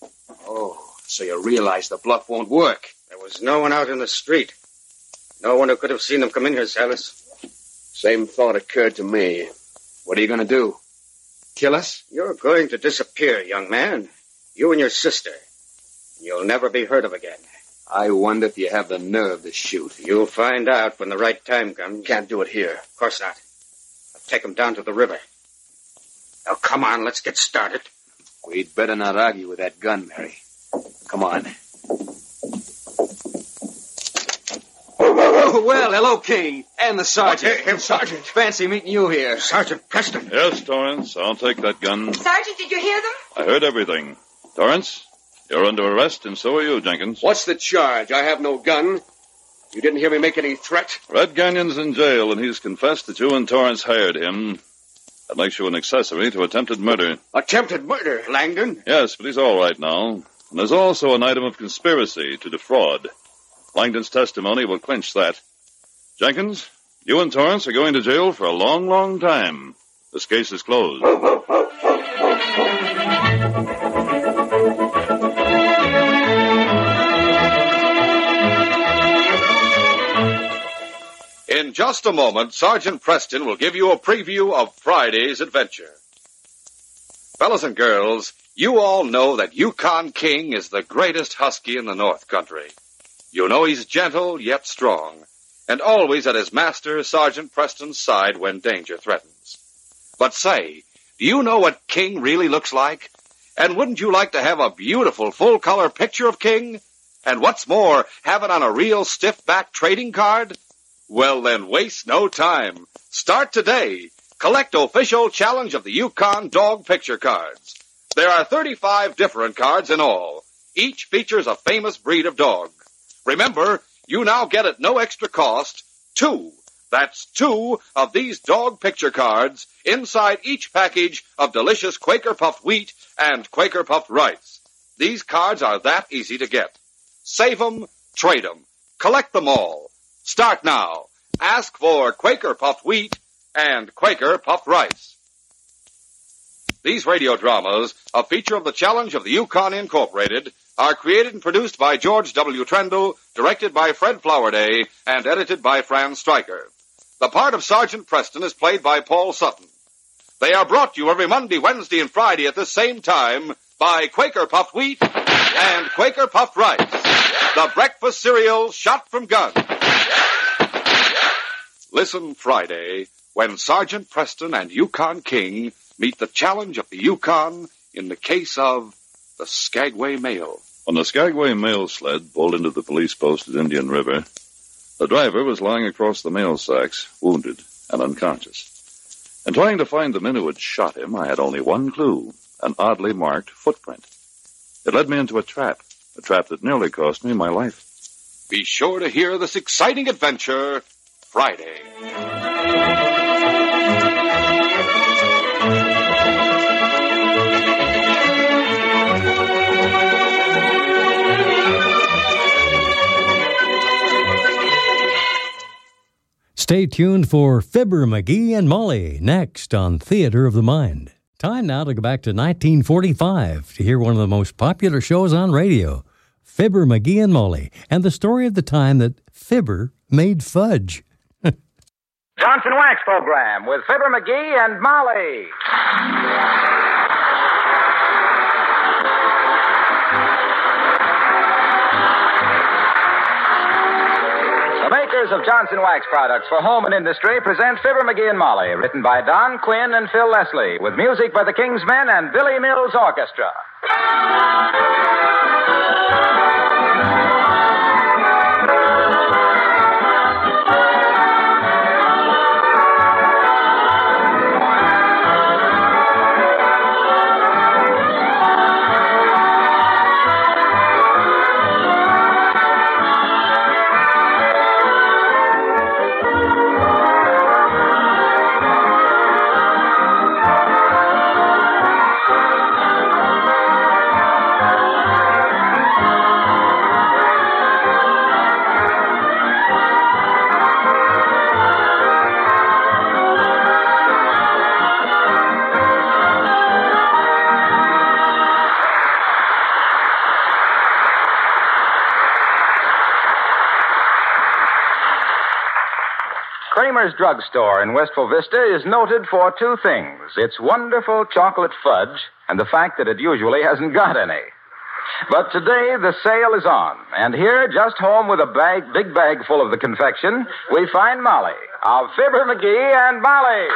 [SPEAKER 9] Oh, so you realize the bluff won't work.
[SPEAKER 6] There was no one out in the street. No one who could have seen them come in here, Silas.
[SPEAKER 7] Same thought occurred to me.
[SPEAKER 9] What are you going to do? Kill us?
[SPEAKER 6] You're going to disappear, young man. You and your sister. You'll never be heard of again.
[SPEAKER 9] I wonder if you have the nerve to shoot.
[SPEAKER 6] You'll find out when the right time comes.
[SPEAKER 7] Can't do it here.
[SPEAKER 6] Of course not. I'll take them down to the river. Now, come on, let's get started.
[SPEAKER 9] We'd better not argue with that gun, Mary. Come on. Oh, well, hello, King. And the sergeant.
[SPEAKER 6] Hey, him, Oh, Sergeant.
[SPEAKER 9] Fancy meeting you here.
[SPEAKER 6] Sergeant Preston.
[SPEAKER 11] Yes, Torrance, I'll take that gun.
[SPEAKER 12] Sergeant, did you hear them?
[SPEAKER 11] I heard everything. Torrance, you're under arrest, and so are you, Jenkins.
[SPEAKER 7] What's the charge? I have no gun. You didn't hear me make any threat?
[SPEAKER 11] Red Ganyon's in jail, and he's confessed that you and Torrance hired him. That makes you an accessory to attempted murder.
[SPEAKER 7] Attempted murder.
[SPEAKER 6] Langdon.
[SPEAKER 11] Yes, but he's all right now. And there's also an item of conspiracy to defraud. Langdon's testimony will clinch that. Jenkins, you and Torrance are going to jail for a long, long time. This case is closed.
[SPEAKER 3] In just a moment, Sergeant Preston will give you a preview of Friday's adventure. Fellas and girls, you all know that Yukon King is the greatest husky in the North Country. You know he's gentle yet strong, and always at his master, Sergeant Preston's side when danger threatens. But say, do you know what King really looks like? And wouldn't you like to have a beautiful full color picture of King? And what's more, have it on a real stiff back trading card? Well, then, waste no time. Start today. Collect official challenge of the Yukon dog picture cards. There are 35 different cards in all. Each features a famous breed of dog. Remember, you now get at no extra cost two. That's two of these dog picture cards inside each package of delicious Quaker puffed wheat and Quaker puffed rice. These cards are that easy to get. Save 'em, trade 'em, collect them all. Start now. Ask for Quaker puffed wheat and Quaker puffed rice. These radio dramas, a feature of the Challenge of the Yukon Incorporated, are created and produced by George W. Trendle, directed by Fred Flowerday, and edited by Franz Stryker. The part of Sergeant Preston is played by Paul Sutton. They are brought to you every Monday, Wednesday, and Friday at the same time by Quaker Puffed Wheat and Quaker Puffed Rice, the breakfast cereal shot from guns. Listen Friday when Sergeant Preston and Yukon King meet the challenge of the Yukon in the case of the Skagway Mail.
[SPEAKER 11] When the Skagway mail sled pulled into the police post at Indian River, the driver was lying across the mail sacks, wounded and unconscious. In trying to find the men who had shot him, I had only one clue an oddly marked footprint. It led me into a trap, a trap that nearly cost me my life.
[SPEAKER 3] Be sure to hear this exciting adventure Friday.
[SPEAKER 2] Stay tuned for Fibber McGee and Molly next on Theater of the Mind. Time now to go back to 1945 to hear one of the most popular shows on radio, Fibber McGee and Molly, and the story of the time that Fibber made fudge.
[SPEAKER 13] Johnson Wax Program with Fibber McGee and Molly. The makers of Johnson Wax products for home and industry present Fibber McGee and Molly, written by Don Quinn and Phil Leslie, with music by the Kingsmen and Billy Mills Orchestra. Kramer's Drugstore in Westville Vista is noted for two things its wonderful chocolate fudge and the fact that it usually hasn't got any. But today the sale is on, and here, just home with a bag, big bag full of the confection, we find Molly of Fibber McGee and Molly.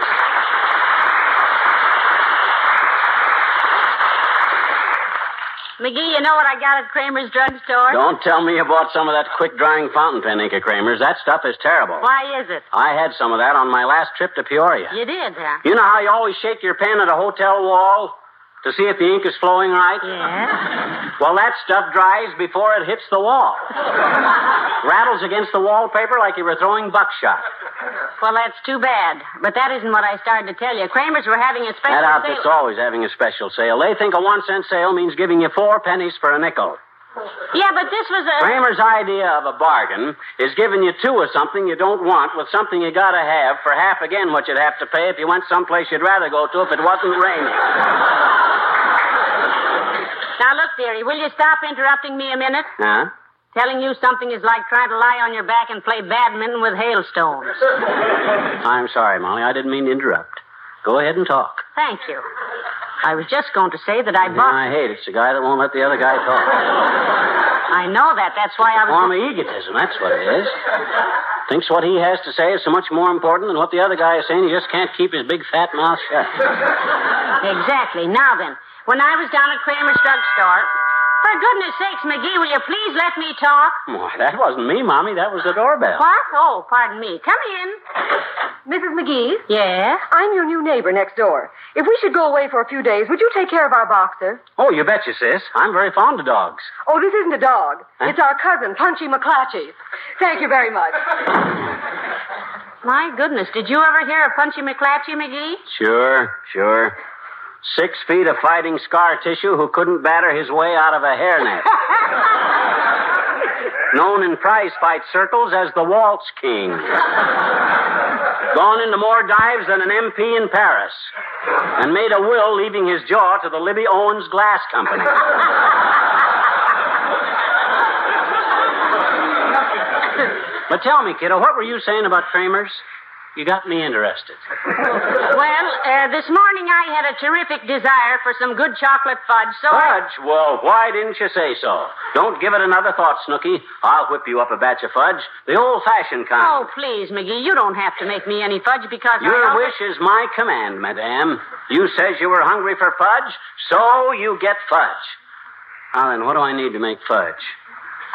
[SPEAKER 14] McGee, you know what I got at Kramer's drugstore?
[SPEAKER 15] Don't tell me you bought some of that quick drying fountain pen ink of Kramer's. That stuff is terrible.
[SPEAKER 14] Why is it?
[SPEAKER 15] I had some of that on my last trip to Peoria.
[SPEAKER 14] You did, huh?
[SPEAKER 15] You know how you always shake your pen at a hotel wall to see if the ink is flowing right?
[SPEAKER 14] Yeah.
[SPEAKER 15] Well, that stuff dries before it hits the wall. Rattles against the wallpaper like you were throwing buckshot.
[SPEAKER 14] Well, that's too bad. But that isn't what I started to tell you. Kramer's were having a special
[SPEAKER 15] That outfit's
[SPEAKER 14] sale.
[SPEAKER 15] always having a special sale. They think a one cent sale means giving you four pennies for a nickel.
[SPEAKER 14] Yeah, but this was a.
[SPEAKER 15] Kramer's idea of a bargain is giving you two of something you don't want with something you gotta have for half again what you'd have to pay if you went someplace you'd rather go to if it wasn't raining.
[SPEAKER 14] Now, look, dearie, will you stop interrupting me a minute?
[SPEAKER 15] Huh?
[SPEAKER 14] Telling you something is like trying to lie on your back and play badminton with hailstones.
[SPEAKER 15] I'm sorry, Molly. I didn't mean to interrupt. Go ahead and talk.
[SPEAKER 14] Thank you. I was just going to say that I
[SPEAKER 15] Yeah,
[SPEAKER 14] bought.
[SPEAKER 15] I hate it. It's the guy that won't let the other guy talk.
[SPEAKER 14] I know that. That's why I was.
[SPEAKER 15] Form of egotism, that's what it is. Thinks what he has to say is so much more important than what the other guy is saying. He just can't keep his big fat mouth shut.
[SPEAKER 14] Exactly. Now then, when I was down at Kramer's drugstore, for goodness sakes, McGee, will you please let me talk?
[SPEAKER 15] Why, that wasn't me, Mommy. That was the doorbell.
[SPEAKER 14] What? Oh, pardon me. Come in.
[SPEAKER 12] Mrs. McGee?
[SPEAKER 14] Yeah?
[SPEAKER 12] I'm your new neighbor next door. If we should go away for a few days, would you take care of our boxer?
[SPEAKER 15] Oh, you betcha, sis. I'm very fond of dogs.
[SPEAKER 12] Oh, this isn't a dog.
[SPEAKER 15] Huh?
[SPEAKER 12] It's our cousin, Punchy McClatchy. Thank you very much.
[SPEAKER 14] My goodness, did you ever hear of Punchy McClatchy, McGee?
[SPEAKER 15] Sure, sure. Six feet of fighting scar tissue who couldn't batter his way out of a hairnet. Known in prize fight circles as the Waltz King. Gone into more dives than an MP in Paris. And made a will leaving his jaw to the Libby Owens Glass Company. but tell me, kiddo, what were you saying about Kramer's? You got me interested.
[SPEAKER 14] Well, uh, this morning I had a terrific desire for some good chocolate fudge, so I.
[SPEAKER 15] Fudge? Well, why didn't you say so? Don't give it another thought, Snooky. I'll whip you up a batch of fudge, the old-fashioned kind.
[SPEAKER 14] Oh, please, McGee, you don't have to make me any fudge because I.
[SPEAKER 15] Your
[SPEAKER 14] always-
[SPEAKER 15] wish is my command, madame. You says you were hungry for fudge, so you get fudge. Now then, what do I need to make fudge?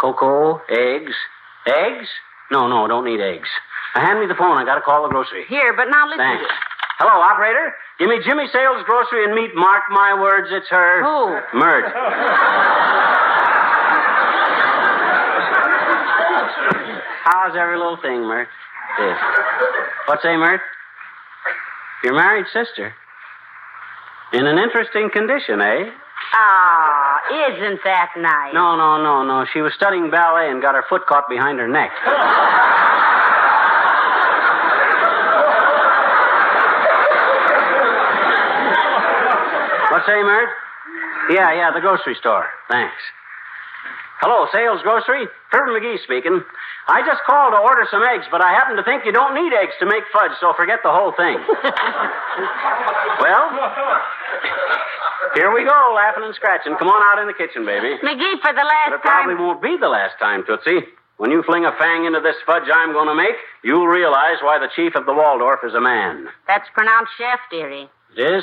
[SPEAKER 15] Cocoa, eggs, eggs? No, no, don't need eggs. Now, hand me the phone. I got to call the grocery.
[SPEAKER 14] Here, but now listen.
[SPEAKER 15] Thanks. Hello, operator. Give me Jimmy Sales Grocery and Meat. Mark my words, it's her.
[SPEAKER 14] Who?
[SPEAKER 15] Murd. How's every little thing, Mert? Yes. What's that, Mert? Your married sister. In an interesting condition, eh?
[SPEAKER 14] Ah, isn't that nice?
[SPEAKER 15] No, no, no, no. She was studying ballet and got her foot caught behind her neck. What's that, Mert? Yeah, yeah, the grocery store. Thanks. Hello, Sales Grocery. Fibber McGee speaking. I just called to order some eggs, but I happen to think you don't need eggs to make fudge, so forget the whole thing. well, here we go, laughing and scratching. Come on out in the kitchen, baby.
[SPEAKER 14] McGee, for the
[SPEAKER 15] But
[SPEAKER 14] last
[SPEAKER 15] it
[SPEAKER 14] time.
[SPEAKER 15] probably won't be the last time, Tootsie. When you fling a fang into this fudge I'm going to make, you'll realize why the chief of the Waldorf is a man.
[SPEAKER 14] That's pronounced chef, dearie.
[SPEAKER 15] It is?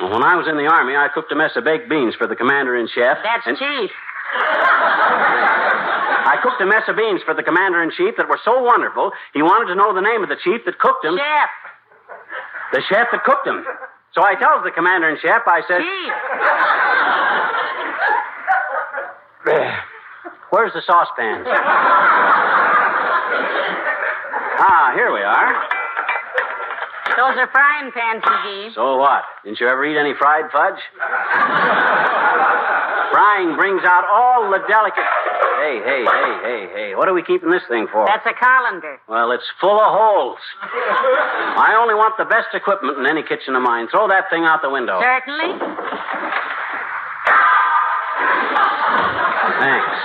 [SPEAKER 15] Well, when I was in the Army, I cooked a mess of baked beans for the commander in chief.
[SPEAKER 14] That's
[SPEAKER 15] and
[SPEAKER 14] chief.
[SPEAKER 15] I cooked a mess of beans for the commander in chief that were so wonderful, he wanted to know the name of the chief that cooked them.
[SPEAKER 14] Chef.
[SPEAKER 15] The chef that cooked them. So I tells the commander in chief, I says,
[SPEAKER 14] Chief.
[SPEAKER 15] Where's the saucepan? ah, here we are.
[SPEAKER 14] Those are frying pans, McGee.
[SPEAKER 15] So what? Didn't you ever eat any fried fudge? Frying brings out all the delicate. Hey, hey, hey, hey, hey. What are we keeping this thing for?
[SPEAKER 14] That's a colander.
[SPEAKER 15] Well, it's full of holes. I only want the best equipment in any kitchen of mine. Throw that thing out the window.
[SPEAKER 14] Certainly.
[SPEAKER 15] Thanks.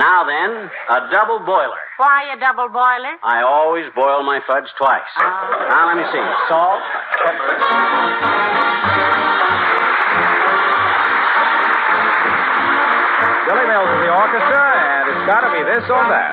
[SPEAKER 15] Now then, a double boiler.
[SPEAKER 14] Why a double boiler?
[SPEAKER 15] I always boil my fudge twice. Now let me see. Salt,
[SPEAKER 16] Billy Mills with the orchestra, and it's got to be this or that.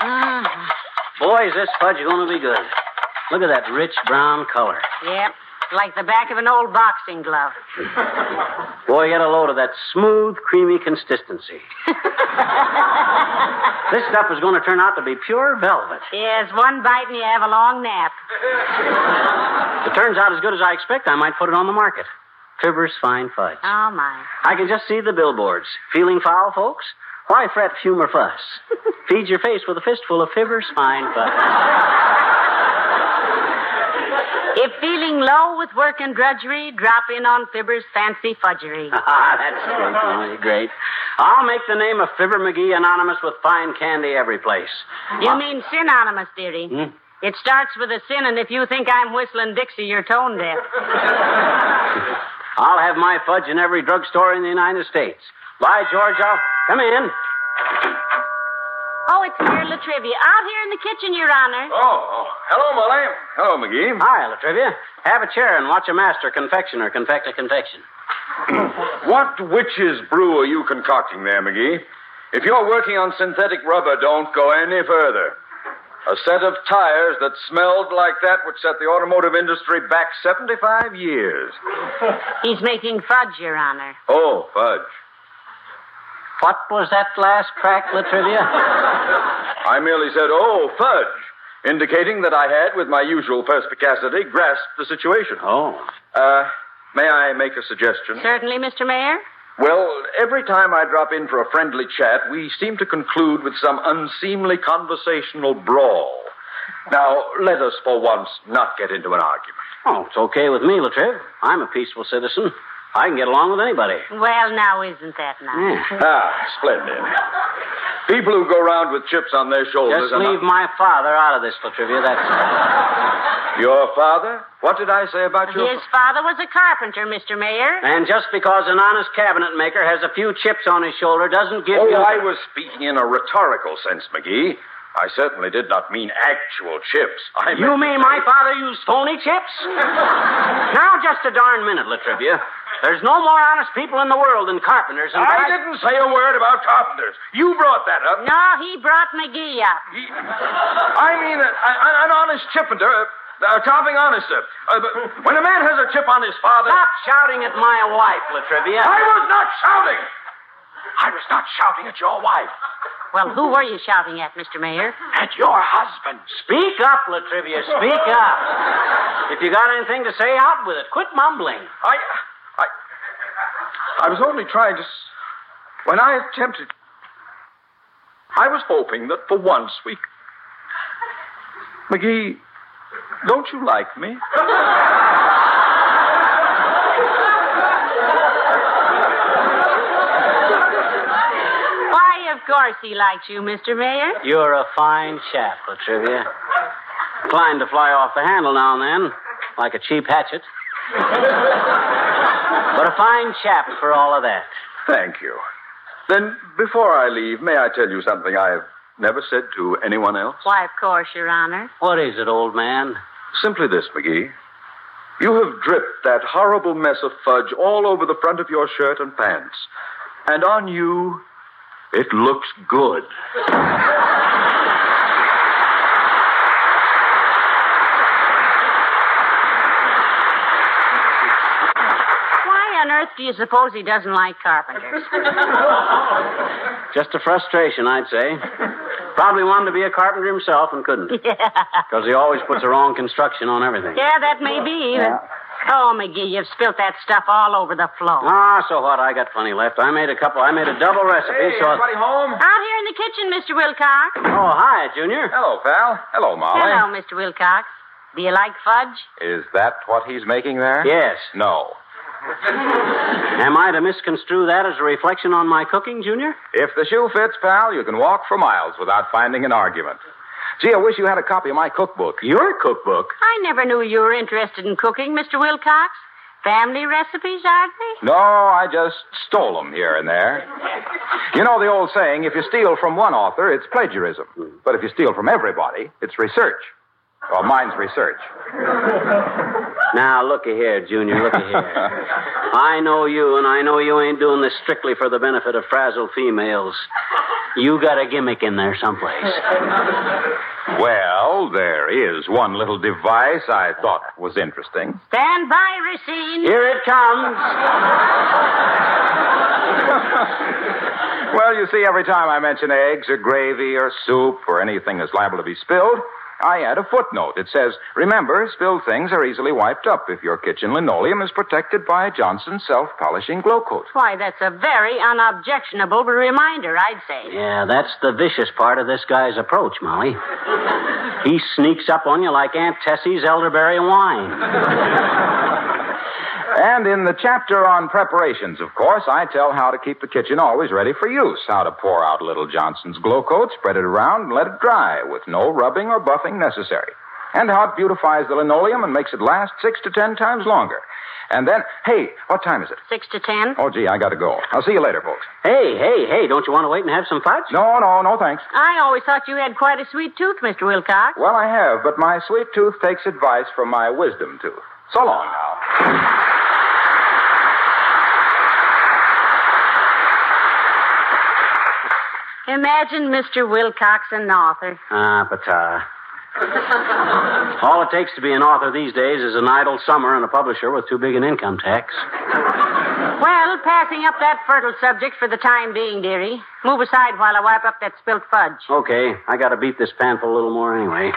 [SPEAKER 15] Mm-hmm. Boy, is this fudge going to be good. Look at that rich brown color.
[SPEAKER 14] Yep. Like the back of an old boxing glove.
[SPEAKER 15] Boy, get a load of that smooth, creamy consistency. this stuff is going to turn out to be pure velvet.
[SPEAKER 14] Yes, one bite and you have a long nap.
[SPEAKER 15] If it turns out as good as I expect, I might put it on the market. Fibber's Fine Fudge.
[SPEAKER 14] Oh, my.
[SPEAKER 15] I can just see the billboards. Feeling foul, folks? Why fret, fume, or fuss? Feed your face with a fistful of Fibber's Fine Fudge.
[SPEAKER 14] If feeling low with work and drudgery, drop in on Fibber's Fancy Fudgery.
[SPEAKER 15] ah, that's great, Molly, great. I'll make the name of Fibber McGee anonymous with fine candy every place.
[SPEAKER 14] You mean synonymous, dearie.
[SPEAKER 15] Hmm?
[SPEAKER 14] It starts with a sin, and if you think I'm whistling Dixie, you're tone deaf.
[SPEAKER 15] I'll have my fudge in every drugstore in the United States. By George, I'll. Come in.
[SPEAKER 14] Oh, it's here, Latrivia. Out here in the kitchen, Your Honor.
[SPEAKER 15] Oh, hello, Molly. Hello, McGee. Hi, Latrivia. Have a chair and watch a master confectioner confect a confection.
[SPEAKER 17] What witch's brew are you concocting there, McGee? If you're working on synthetic rubber, don't go any further. A set of tires that smelled like that would set the automotive industry back 75 years.
[SPEAKER 14] He's making fudge, Your Honor.
[SPEAKER 17] Oh, fudge.
[SPEAKER 15] What was that last crack, Latrivia?
[SPEAKER 17] I merely said, oh, fudge, indicating that I had, with my usual perspicacity, grasped the situation.
[SPEAKER 15] Oh.
[SPEAKER 17] Uh, may I make a suggestion?
[SPEAKER 14] Certainly, Mr. Mayor.
[SPEAKER 17] Well, every time I drop in for a friendly chat, we seem to conclude with some unseemly conversational brawl. Now, let us for once not get into an argument.
[SPEAKER 15] Oh, it's okay with me, Latriv. I'm a peaceful citizen. I can get along with anybody.
[SPEAKER 14] Well, now, isn't that nice?
[SPEAKER 17] Ah, splendid. People who go round with chips on their shoulders
[SPEAKER 15] Just
[SPEAKER 17] are
[SPEAKER 15] leave
[SPEAKER 17] not-
[SPEAKER 15] my father out of this, Latrivia. That's
[SPEAKER 17] Your father? What did I say about your...
[SPEAKER 14] His father was a carpenter, Mr. Mayor.
[SPEAKER 15] And just because an honest cabinet maker has a few chips on his shoulder doesn't give
[SPEAKER 17] oh,
[SPEAKER 15] you.
[SPEAKER 17] I was speaking in a rhetorical sense, McGee. I certainly did not mean actual chips. I
[SPEAKER 15] you mean
[SPEAKER 17] meant-
[SPEAKER 15] my father used phony chips? now, just a darn minute, Latrivia. There's no more honest people in the world than carpenters. And
[SPEAKER 17] I didn't say a word about carpenters. You brought that up.
[SPEAKER 14] No, he brought McGee up.
[SPEAKER 17] I mean, a, an, an honest chippender, a, a carving honester. Uh, but when a man has a chip on his father.
[SPEAKER 15] Stop shouting at my wife, Latrivia.
[SPEAKER 17] I was not shouting! I was not shouting at your wife,
[SPEAKER 14] Well, who were you shouting at, Mr. Mayor?
[SPEAKER 17] at your husband.
[SPEAKER 15] Speak up, Latrivia. Speak up. If you got anything to say, out with it. Quit mumbling.
[SPEAKER 17] I. I. I was only trying to. s- When I attempted. I was hoping that for once we. McGee, don't you like me?
[SPEAKER 14] Why, of course he likes you, Mr. Mayor.
[SPEAKER 15] You're a fine chap, Latrivia. Inclined to fly off the handle now and then, like a cheap hatchet. but a fine chap for all of that.
[SPEAKER 17] Thank you. Then, before I leave, may I tell you something I've never said to anyone else?
[SPEAKER 14] Why, of course, Your Honor.
[SPEAKER 15] What is it, old man?
[SPEAKER 17] Simply this, McGee. You have dripped that horrible mess of fudge all over the front of your shirt and pants. And on you, it looks good.
[SPEAKER 14] Why on earth do you suppose he doesn't like carpenters?
[SPEAKER 15] Just a frustration, I'd say. Probably wanted to be a carpenter himself and couldn't. Because he always puts the wrong construction on everything.
[SPEAKER 14] yeah, that may be. but- Oh, McGee, you've spilt that stuff all over the floor.
[SPEAKER 15] Ah, so what? I got plenty left. I made a couple. I made a double recipe. so
[SPEAKER 17] home?
[SPEAKER 14] Out here in the kitchen, Mr. Wilcox.
[SPEAKER 15] Oh, hi, Junior.
[SPEAKER 17] Hello, pal. Hello, Molly.
[SPEAKER 14] Hello, Mr. Wilcox. Do you like fudge?
[SPEAKER 17] Is that what he's making there?
[SPEAKER 15] Yes.
[SPEAKER 17] No.
[SPEAKER 15] Am I to misconstrue that as a reflection on my cooking, Junior?
[SPEAKER 13] If the shoe fits, pal, you can walk for miles without finding an argument. Gee, I wish you had a copy of my cookbook. Your cookbook?
[SPEAKER 14] I never knew you were interested in cooking, Mr. Wilcox. Family recipes, aren't they?
[SPEAKER 13] No, I just stole them here and there. You know the old saying if you steal from one author, it's plagiarism. But if you steal from everybody, it's research. Well, mine's research.
[SPEAKER 15] Now, looky here, Junior, looky here. I know you, and I know you ain't doing this strictly for the benefit of frazzled females. You got a gimmick in there someplace.
[SPEAKER 13] Well, there is one little device I thought was interesting.
[SPEAKER 14] Stand by, Racine.
[SPEAKER 13] Here
[SPEAKER 15] it comes.
[SPEAKER 13] Well, you see, every time I mention eggs or gravy or soup or anything that's liable to be spilled, I add a footnote. It says, Remember, spilled things are easily wiped up if your kitchen linoleum is protected by Johnson's self polishing glow coat.
[SPEAKER 14] Why, that's a very unobjectionable reminder, I'd say.
[SPEAKER 15] Yeah, that's the vicious part of this guy's approach, Molly. He sneaks up on you like Aunt Tessie's elderberry wine.
[SPEAKER 13] And in the chapter on preparations, of course, I tell how to keep the kitchen always ready for use, how to pour out little Johnson's glow coat, spread it around, and let it dry with no rubbing or buffing necessary. And how it beautifies the linoleum and makes it last six to ten times longer. And then, hey, what time is it?
[SPEAKER 14] Six to ten?
[SPEAKER 13] Oh, gee, I gotta go. I'll see you later, folks.
[SPEAKER 15] Hey, hey, hey, don't you want to wait and have some fudge?
[SPEAKER 13] No, no, no, thanks.
[SPEAKER 14] I always thought you had quite a sweet tooth, Mr. Wilcox.
[SPEAKER 13] Well, I have, but my sweet tooth takes advice from my wisdom tooth. So long now.
[SPEAKER 14] Imagine Mr. Wilcox an author.
[SPEAKER 15] Ah, but, uh, all it takes to be an author these days is an idle summer and a publisher with too big an income tax.
[SPEAKER 14] Well, passing up that fertile subject for the time being, dearie. Move aside while I wipe up that spilt fudge.
[SPEAKER 15] Okay, I gotta beat this panful a little more anyway.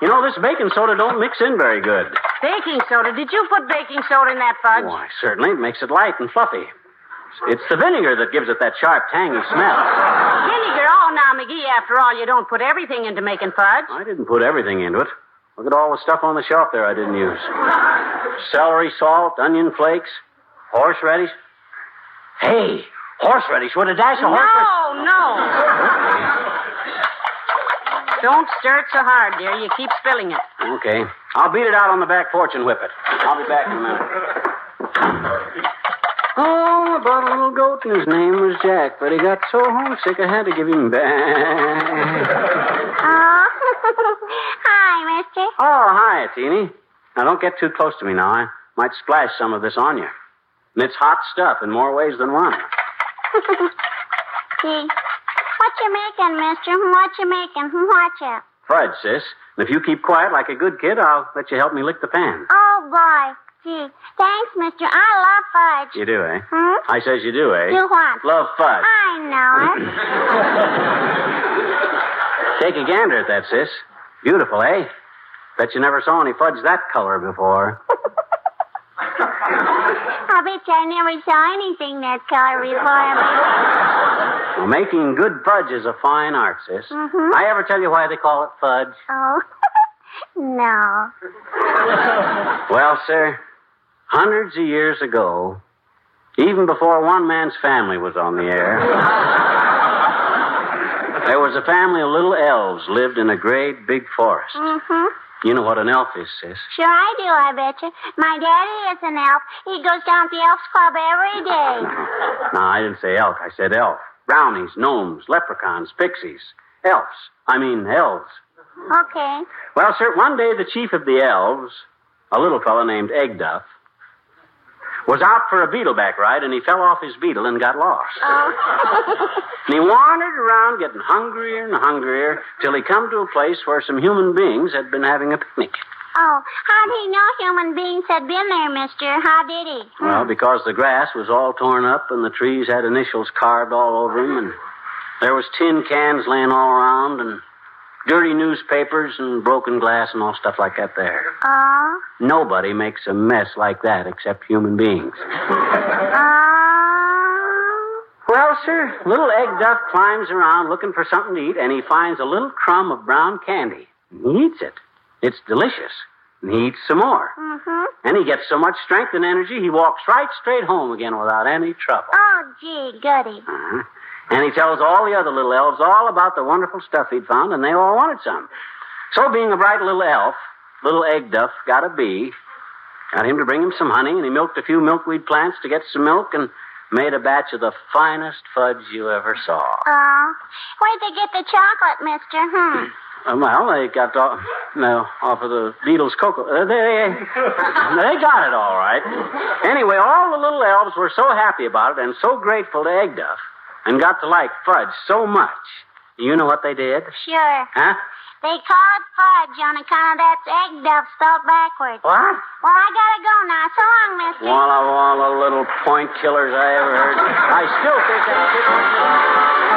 [SPEAKER 15] You know, this baking soda don't mix in very good.
[SPEAKER 14] Baking soda. Did you put baking soda in that fudge?
[SPEAKER 15] Why, certainly, it makes it light and fluffy. It's the vinegar that gives it that sharp, tangy smell.
[SPEAKER 14] Vinegar. Oh, now, McGee, after all, you don't put everything into making fudge.
[SPEAKER 15] I didn't put everything into it. Look at all the stuff on the shelf there I didn't use celery, salt, onion flakes, horseradish. Hey, horseradish. Would a dash of horseradish?
[SPEAKER 14] No, no. Don't stir it so hard, dear. You keep spilling it.
[SPEAKER 15] Okay. I'll beat it out on the back porch and whip it. I'll be back in a minute. Oh, I bought a little goat, and his name was Jack, but he got so homesick I had to give him back.
[SPEAKER 18] Oh. Hi, mister.
[SPEAKER 15] Oh, hi, Teeny. Now, don't get too close to me now. I might splash some of this on you. And it's hot stuff in more ways than one.
[SPEAKER 18] Gee, What you making, mister? What you making? Watch out.
[SPEAKER 15] Fudge, sis. And if you keep quiet like a good kid, I'll let you help me lick the pan.
[SPEAKER 18] Oh, boy. Gee, thanks, mister. I love fudge.
[SPEAKER 15] You do, eh?
[SPEAKER 18] Hmm?
[SPEAKER 15] I says you do, eh?
[SPEAKER 18] You what?
[SPEAKER 15] Love fudge.
[SPEAKER 18] I know it.
[SPEAKER 15] Take a gander at that, sis. Beautiful, eh? Bet you never saw any fudge that color before.
[SPEAKER 18] I bet you I never saw anything that color before.
[SPEAKER 15] Well, making good fudge is a fine art, sis.
[SPEAKER 18] Mhm.
[SPEAKER 15] I ever tell you why they call it fudge?
[SPEAKER 18] Oh, no.
[SPEAKER 15] Well, sir, hundreds of years ago, even before one man's family was on the air, there was a family of little elves lived in a great big forest.
[SPEAKER 18] Mm-hmm.
[SPEAKER 15] You know what an elf is, sis.
[SPEAKER 18] Sure I do, I bet you. My daddy is an elf. He goes down to the Elf's Club every day.
[SPEAKER 15] No, I didn't say elk. I said elf. Brownies, gnomes, leprechauns, pixies, elves. I mean elves.
[SPEAKER 18] Okay.
[SPEAKER 15] Well, sir, one day the chief of the elves, a little fellow named Egduff, was out for a beetleback ride and he fell off his beetle and got lost. And he wandered around getting hungrier and hungrier till he come to a place where some human beings had been having a picnic.
[SPEAKER 18] Oh, how'd he know human beings had been there, mister? How did he?
[SPEAKER 15] Well, because the grass was all torn up and the trees had initials carved all over them, and there was tin cans laying all around and dirty newspapers and broken glass and all stuff like that there.
[SPEAKER 18] Oh,
[SPEAKER 15] Nobody makes a mess like that except human beings. uh, Well, sir, little egg duff climbs around looking for something to eat, and he finds a little crumb of brown candy. And he eats it. It's delicious. And he eats some more.
[SPEAKER 18] mm-hmm.
[SPEAKER 15] And he gets so much strength and energy, he walks right straight home again without any trouble.
[SPEAKER 18] Oh, gee, goody.
[SPEAKER 15] Uh-huh. And he tells all the other little elves all about the wonderful stuff he'd found, and they all wanted some. So, being a bright little elf, little egg duff got a bee, got him to bring him some honey, and he milked a few milkweed plants to get some milk and made a batch of the finest fudge you ever saw.
[SPEAKER 18] Oh, where'd they get the chocolate, mister? Hmm.
[SPEAKER 15] Uh, well, they got off, no, off of the Beatles' cocoa. Uh, they, they got it all right. Anyway, all the little elves were so happy about it and so grateful to Egg Duff and got to like fudge so much. You know what they did?
[SPEAKER 18] Sure.
[SPEAKER 15] Huh?
[SPEAKER 18] They call it fudge on account of that egg duff spelled backwards.
[SPEAKER 15] What?
[SPEAKER 18] Well, I gotta go now. So long, mister.
[SPEAKER 15] Walla walla little point killers I ever heard. I still think that kid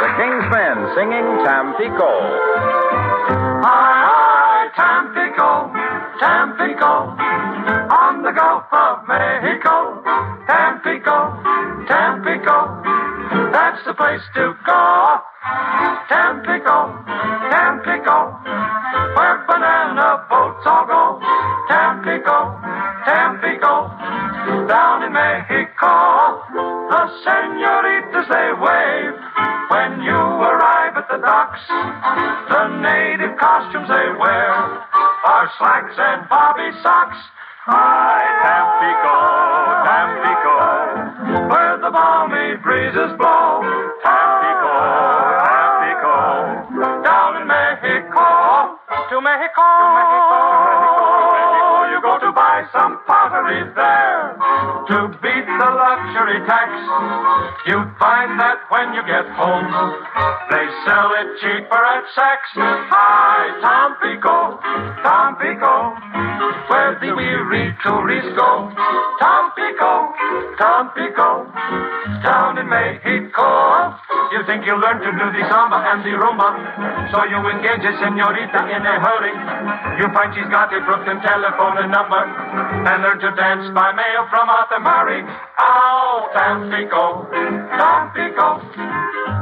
[SPEAKER 13] The King's Men singing Tampico.
[SPEAKER 4] Tampico, Tampico, on the Gulf of Mexico. Tampico, Tampico, that's the place to go. Tampico, Tampico, where banana boats all go. Tampico, Tampico, down in Mexico, the senoritas they wave when you looks, the native costumes they wear are slacks and bobby socks. I Tampico, Tampico, where the balmy breezes blow. Tampico, Tampico, down in Mexico, to Mexico, to Mexico, you go to buy some pottery there to beat the luxury tax. You find that when you get home, they sell it cheaper at Saks. Hi, Tampico, Tampico, where the weary tourists go. Tampico, Tampico, down in Mexico. You think you'll learn to do the samba and the rumba, so you engage a senorita in a hurry. You find she's got a Brooklyn telephone and number, and learn to dance by mail from Arthur Murray. Oh, Tampico, Tampico,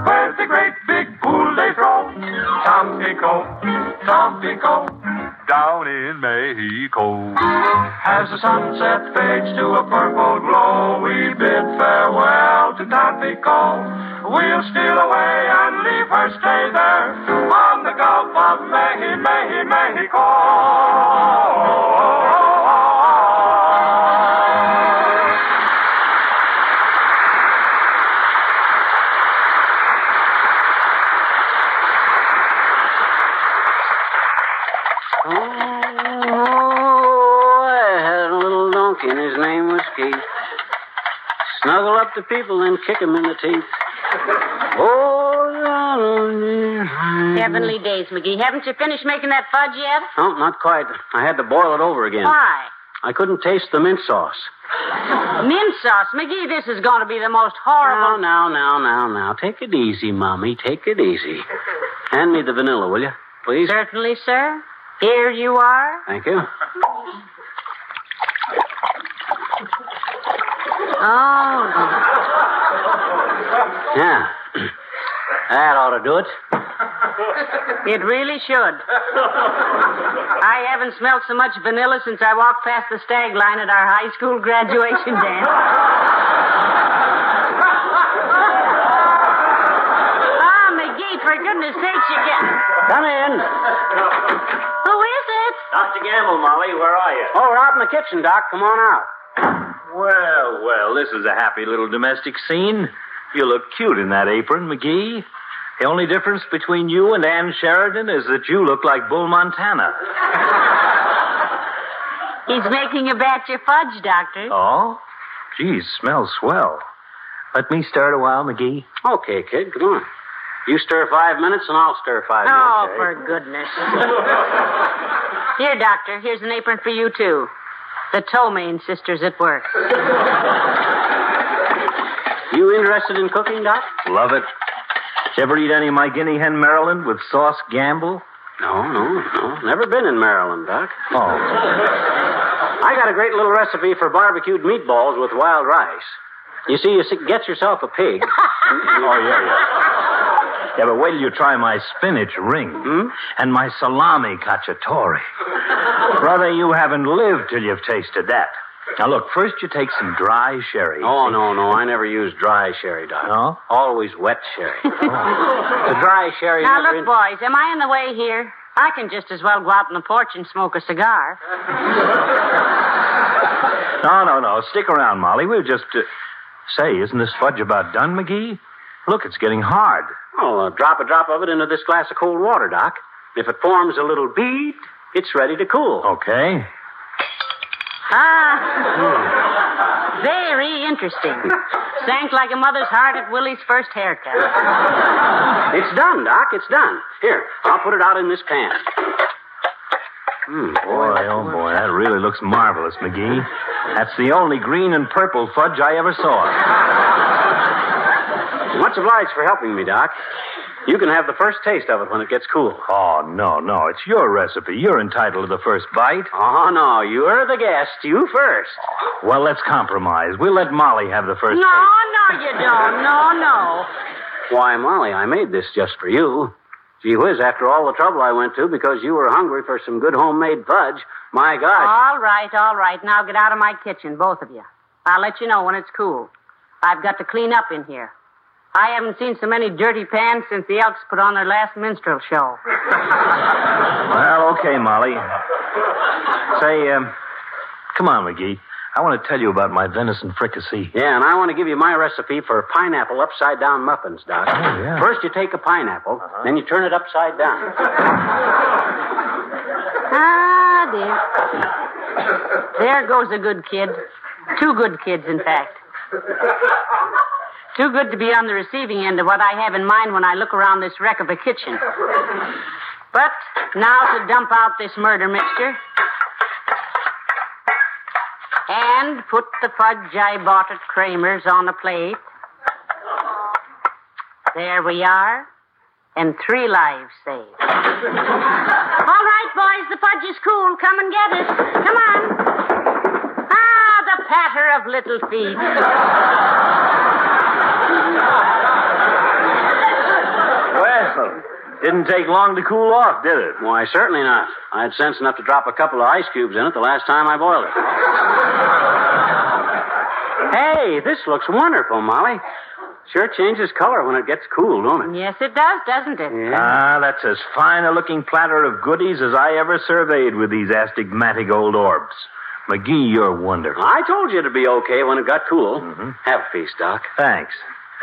[SPEAKER 4] where the great big pool they throw. Tampico, Tampico, down in Mexico. As the sunset fades to a purple glow, we bid farewell to Tampico. We'll steal away and leave her stay there on the Gulf of Mexico, Mexico, Mexico.
[SPEAKER 14] Oh, I had a little donkey, and his name was Keith. Snuggle up to people and kick 'em in the teeth.
[SPEAKER 15] Mm-hmm.
[SPEAKER 14] Oh, Heavenly days, McGee. Haven't you finished making that fudge yet?
[SPEAKER 15] No, not quite. I had to boil it over again.
[SPEAKER 14] Why?
[SPEAKER 15] I couldn't taste the mint sauce.
[SPEAKER 14] Mint sauce. McGee, this is going to be the most
[SPEAKER 15] Now,
[SPEAKER 14] horrible.
[SPEAKER 15] now, now, now, now. Take it easy, Mommy. Take it easy. Hand me the vanilla, will you? Please.
[SPEAKER 14] Certainly, sir. Here you are.
[SPEAKER 15] Thank you.
[SPEAKER 14] Oh,
[SPEAKER 15] Yeah. that ought to do it.
[SPEAKER 14] it really should. I haven't smelled so much vanilla since I walked past the stag line at our high school graduation dance. Ah, McGee, for goodness sakes, you can.
[SPEAKER 15] Come in.
[SPEAKER 14] Who is it?
[SPEAKER 15] Dr. Gamble, Molly, where are you? Oh, we're out in the kitchen, Doc. Come on out.
[SPEAKER 19] Well, well, this is a happy little domestic scene. You look cute in that apron, McGee. The only difference between you and Ann Sheridan is that you look like Bull Montana.
[SPEAKER 14] He's making a batch of fudge, Doctor.
[SPEAKER 19] Oh? Geez, smells swell. Let me stir it a while, McGee.
[SPEAKER 15] Okay, kid, come on. You stir five minutes, and I'll stir five
[SPEAKER 14] oh,
[SPEAKER 15] minutes. eh?
[SPEAKER 14] for goodness. Here, Doctor, here's an apron for you, too. The Tomaine sisters at work.
[SPEAKER 15] You interested in cooking, Doc?
[SPEAKER 19] Love it. Did you ever eat any of my guinea hen Maryland with sauce gamble?
[SPEAKER 15] No, no, no. Never been in Maryland, Doc.
[SPEAKER 19] Oh.
[SPEAKER 15] I got a great little recipe for barbecued meatballs with wild rice. You see, you s- get yourself a pig.
[SPEAKER 19] Oh, yeah, yeah. Yeah, but wait till you try my spinach ring
[SPEAKER 15] Hmm?
[SPEAKER 19] and my salami cacciatore. Brother, you haven't lived till you've tasted that. Now, look, first you take some dry sherry.
[SPEAKER 15] Oh, no, no. I never use dry sherry, Doc.
[SPEAKER 19] No?
[SPEAKER 15] Always wet sherry. The dry sherry
[SPEAKER 14] Now,
[SPEAKER 15] never
[SPEAKER 14] look,
[SPEAKER 15] in-
[SPEAKER 14] boys, am I in the way here? I can just as well go out on the porch and smoke a cigar.
[SPEAKER 19] No, no, no. Stick around, Molly. We'll just. Uh... Say, isn't this fudge about done, McGee? Look, it's getting hard.
[SPEAKER 15] Well, uh, drop a drop of it into this glass of cold water, Doc. If it forms a little bead, it's ready to cool.
[SPEAKER 19] Okay.
[SPEAKER 14] Ah. Very interesting. Sank like a mother's heart at Willie's first haircut.
[SPEAKER 15] It's done, Doc. It's done. Here, I'll put it out in this pan.
[SPEAKER 19] Mm, boy, oh boy, that really looks marvelous, McGee. That's the only green and purple fudge I ever saw.
[SPEAKER 15] Much obliged for helping me, Doc. You can have the first taste of it when it gets cool.
[SPEAKER 19] Oh, no, no. It's your recipe. You're entitled to the first bite.
[SPEAKER 15] Oh, no. You're the guest. You first.
[SPEAKER 19] Well, let's compromise. We'll let Molly have the
[SPEAKER 14] No,
[SPEAKER 19] first taste.
[SPEAKER 14] no, you don't. No, no.
[SPEAKER 15] Why, Molly, I made this just for you. Gee whiz, after all the trouble I went to because you were hungry for some good homemade fudge, my gosh.
[SPEAKER 19] Ah.
[SPEAKER 14] All right, all right. Now get out of my kitchen, both of you. I'll let you know when it's cool. I've got to clean up in here. I haven't seen so many dirty pans since the Elks put on their last minstrel show.
[SPEAKER 19] Well, okay, Molly. Say, um, come on, McGee. I want to tell you about my venison fricassee.
[SPEAKER 15] Yeah, and I want to give you my recipe for pineapple upside down muffins, Doc.
[SPEAKER 19] Oh, yeah. Uh-huh.
[SPEAKER 15] First, you take a pineapple, then you turn it upside down.
[SPEAKER 14] Ah, dear. There goes a good kid. Two good kids, in fact. Too good to be on the receiving end of what I have in mind when I look around this wreck of a kitchen. But now to dump out this murder mixture. And put the fudge I bought at Kramer's on a plate. There we are. And three lives saved.
[SPEAKER 4] All right, boys, the fudge is cool. Come and get it. Come on.
[SPEAKER 14] Ah, the patter of little feet.
[SPEAKER 19] Well, didn't take long to cool off, did it?
[SPEAKER 15] Why, certainly not. I had sense enough to drop a couple of ice cubes in it the last time I boiled it. hey, this looks wonderful, Molly. Sure changes color when it gets cool, don't it?
[SPEAKER 14] Yes, it does, doesn't it?
[SPEAKER 15] Mm-hmm.
[SPEAKER 19] Ah, that's as fine a looking platter of goodies as I ever surveyed with these astigmatic old orbs. McGee, you're wonderful. Mm-hmm.
[SPEAKER 15] I told you it'd be okay when it got cool. Have a feast, Doc.
[SPEAKER 19] Thanks.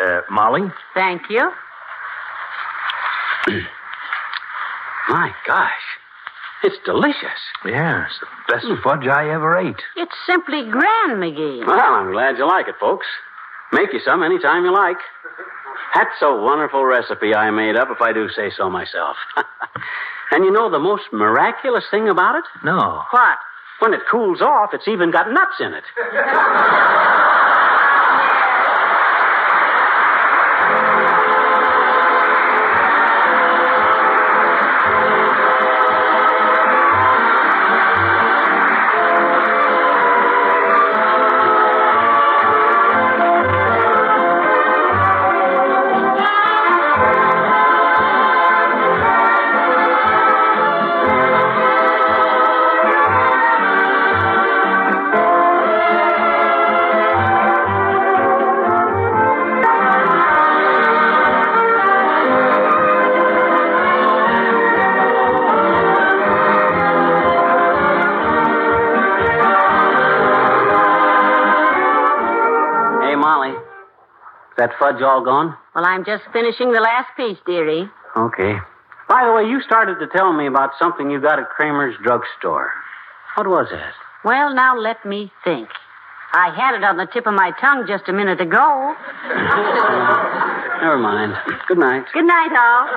[SPEAKER 19] Uh, Molly?
[SPEAKER 14] Thank you.
[SPEAKER 15] My gosh, it's delicious. Mm.
[SPEAKER 19] Yeah, it's the best fudge I ever ate.
[SPEAKER 14] It's simply grand, McGee.
[SPEAKER 15] Well, I'm glad you like it, folks. Make you some anytime you like. That's a wonderful recipe I made up, if I do say so myself. and you know the most miraculous thing about it?
[SPEAKER 19] No.
[SPEAKER 15] What? When it cools off, it's even got nuts in it. Hey, Molly. That fudge all gone?
[SPEAKER 14] Well, I'm just finishing the last piece, dearie.
[SPEAKER 15] Okay. By the way, you started to tell me about something you got at Kramer's drugstore. What was that?
[SPEAKER 14] Well, now let me think. I had it on the tip of my tongue just a minute ago.
[SPEAKER 15] Never mind. Good night.
[SPEAKER 14] Good night, all.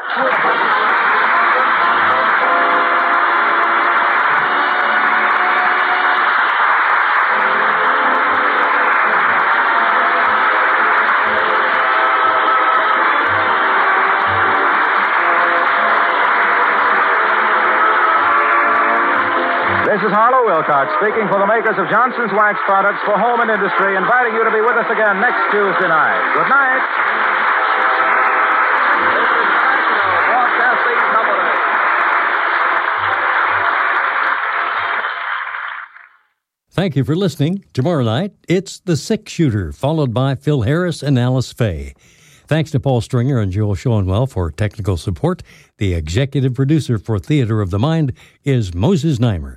[SPEAKER 13] This is Harlow Wilcox speaking for the makers of Johnson's Wax Products for Home and Industry, inviting you to be with us again next Tuesday night. Good night.
[SPEAKER 2] Thank you for listening. Tomorrow night, it's The Six Shooter, followed by Phil Harris and Alice Faye. Thanks to Paul Stringer and Joel Schoenwell for technical support. The executive producer for Theater of the Mind is Moses Neimer.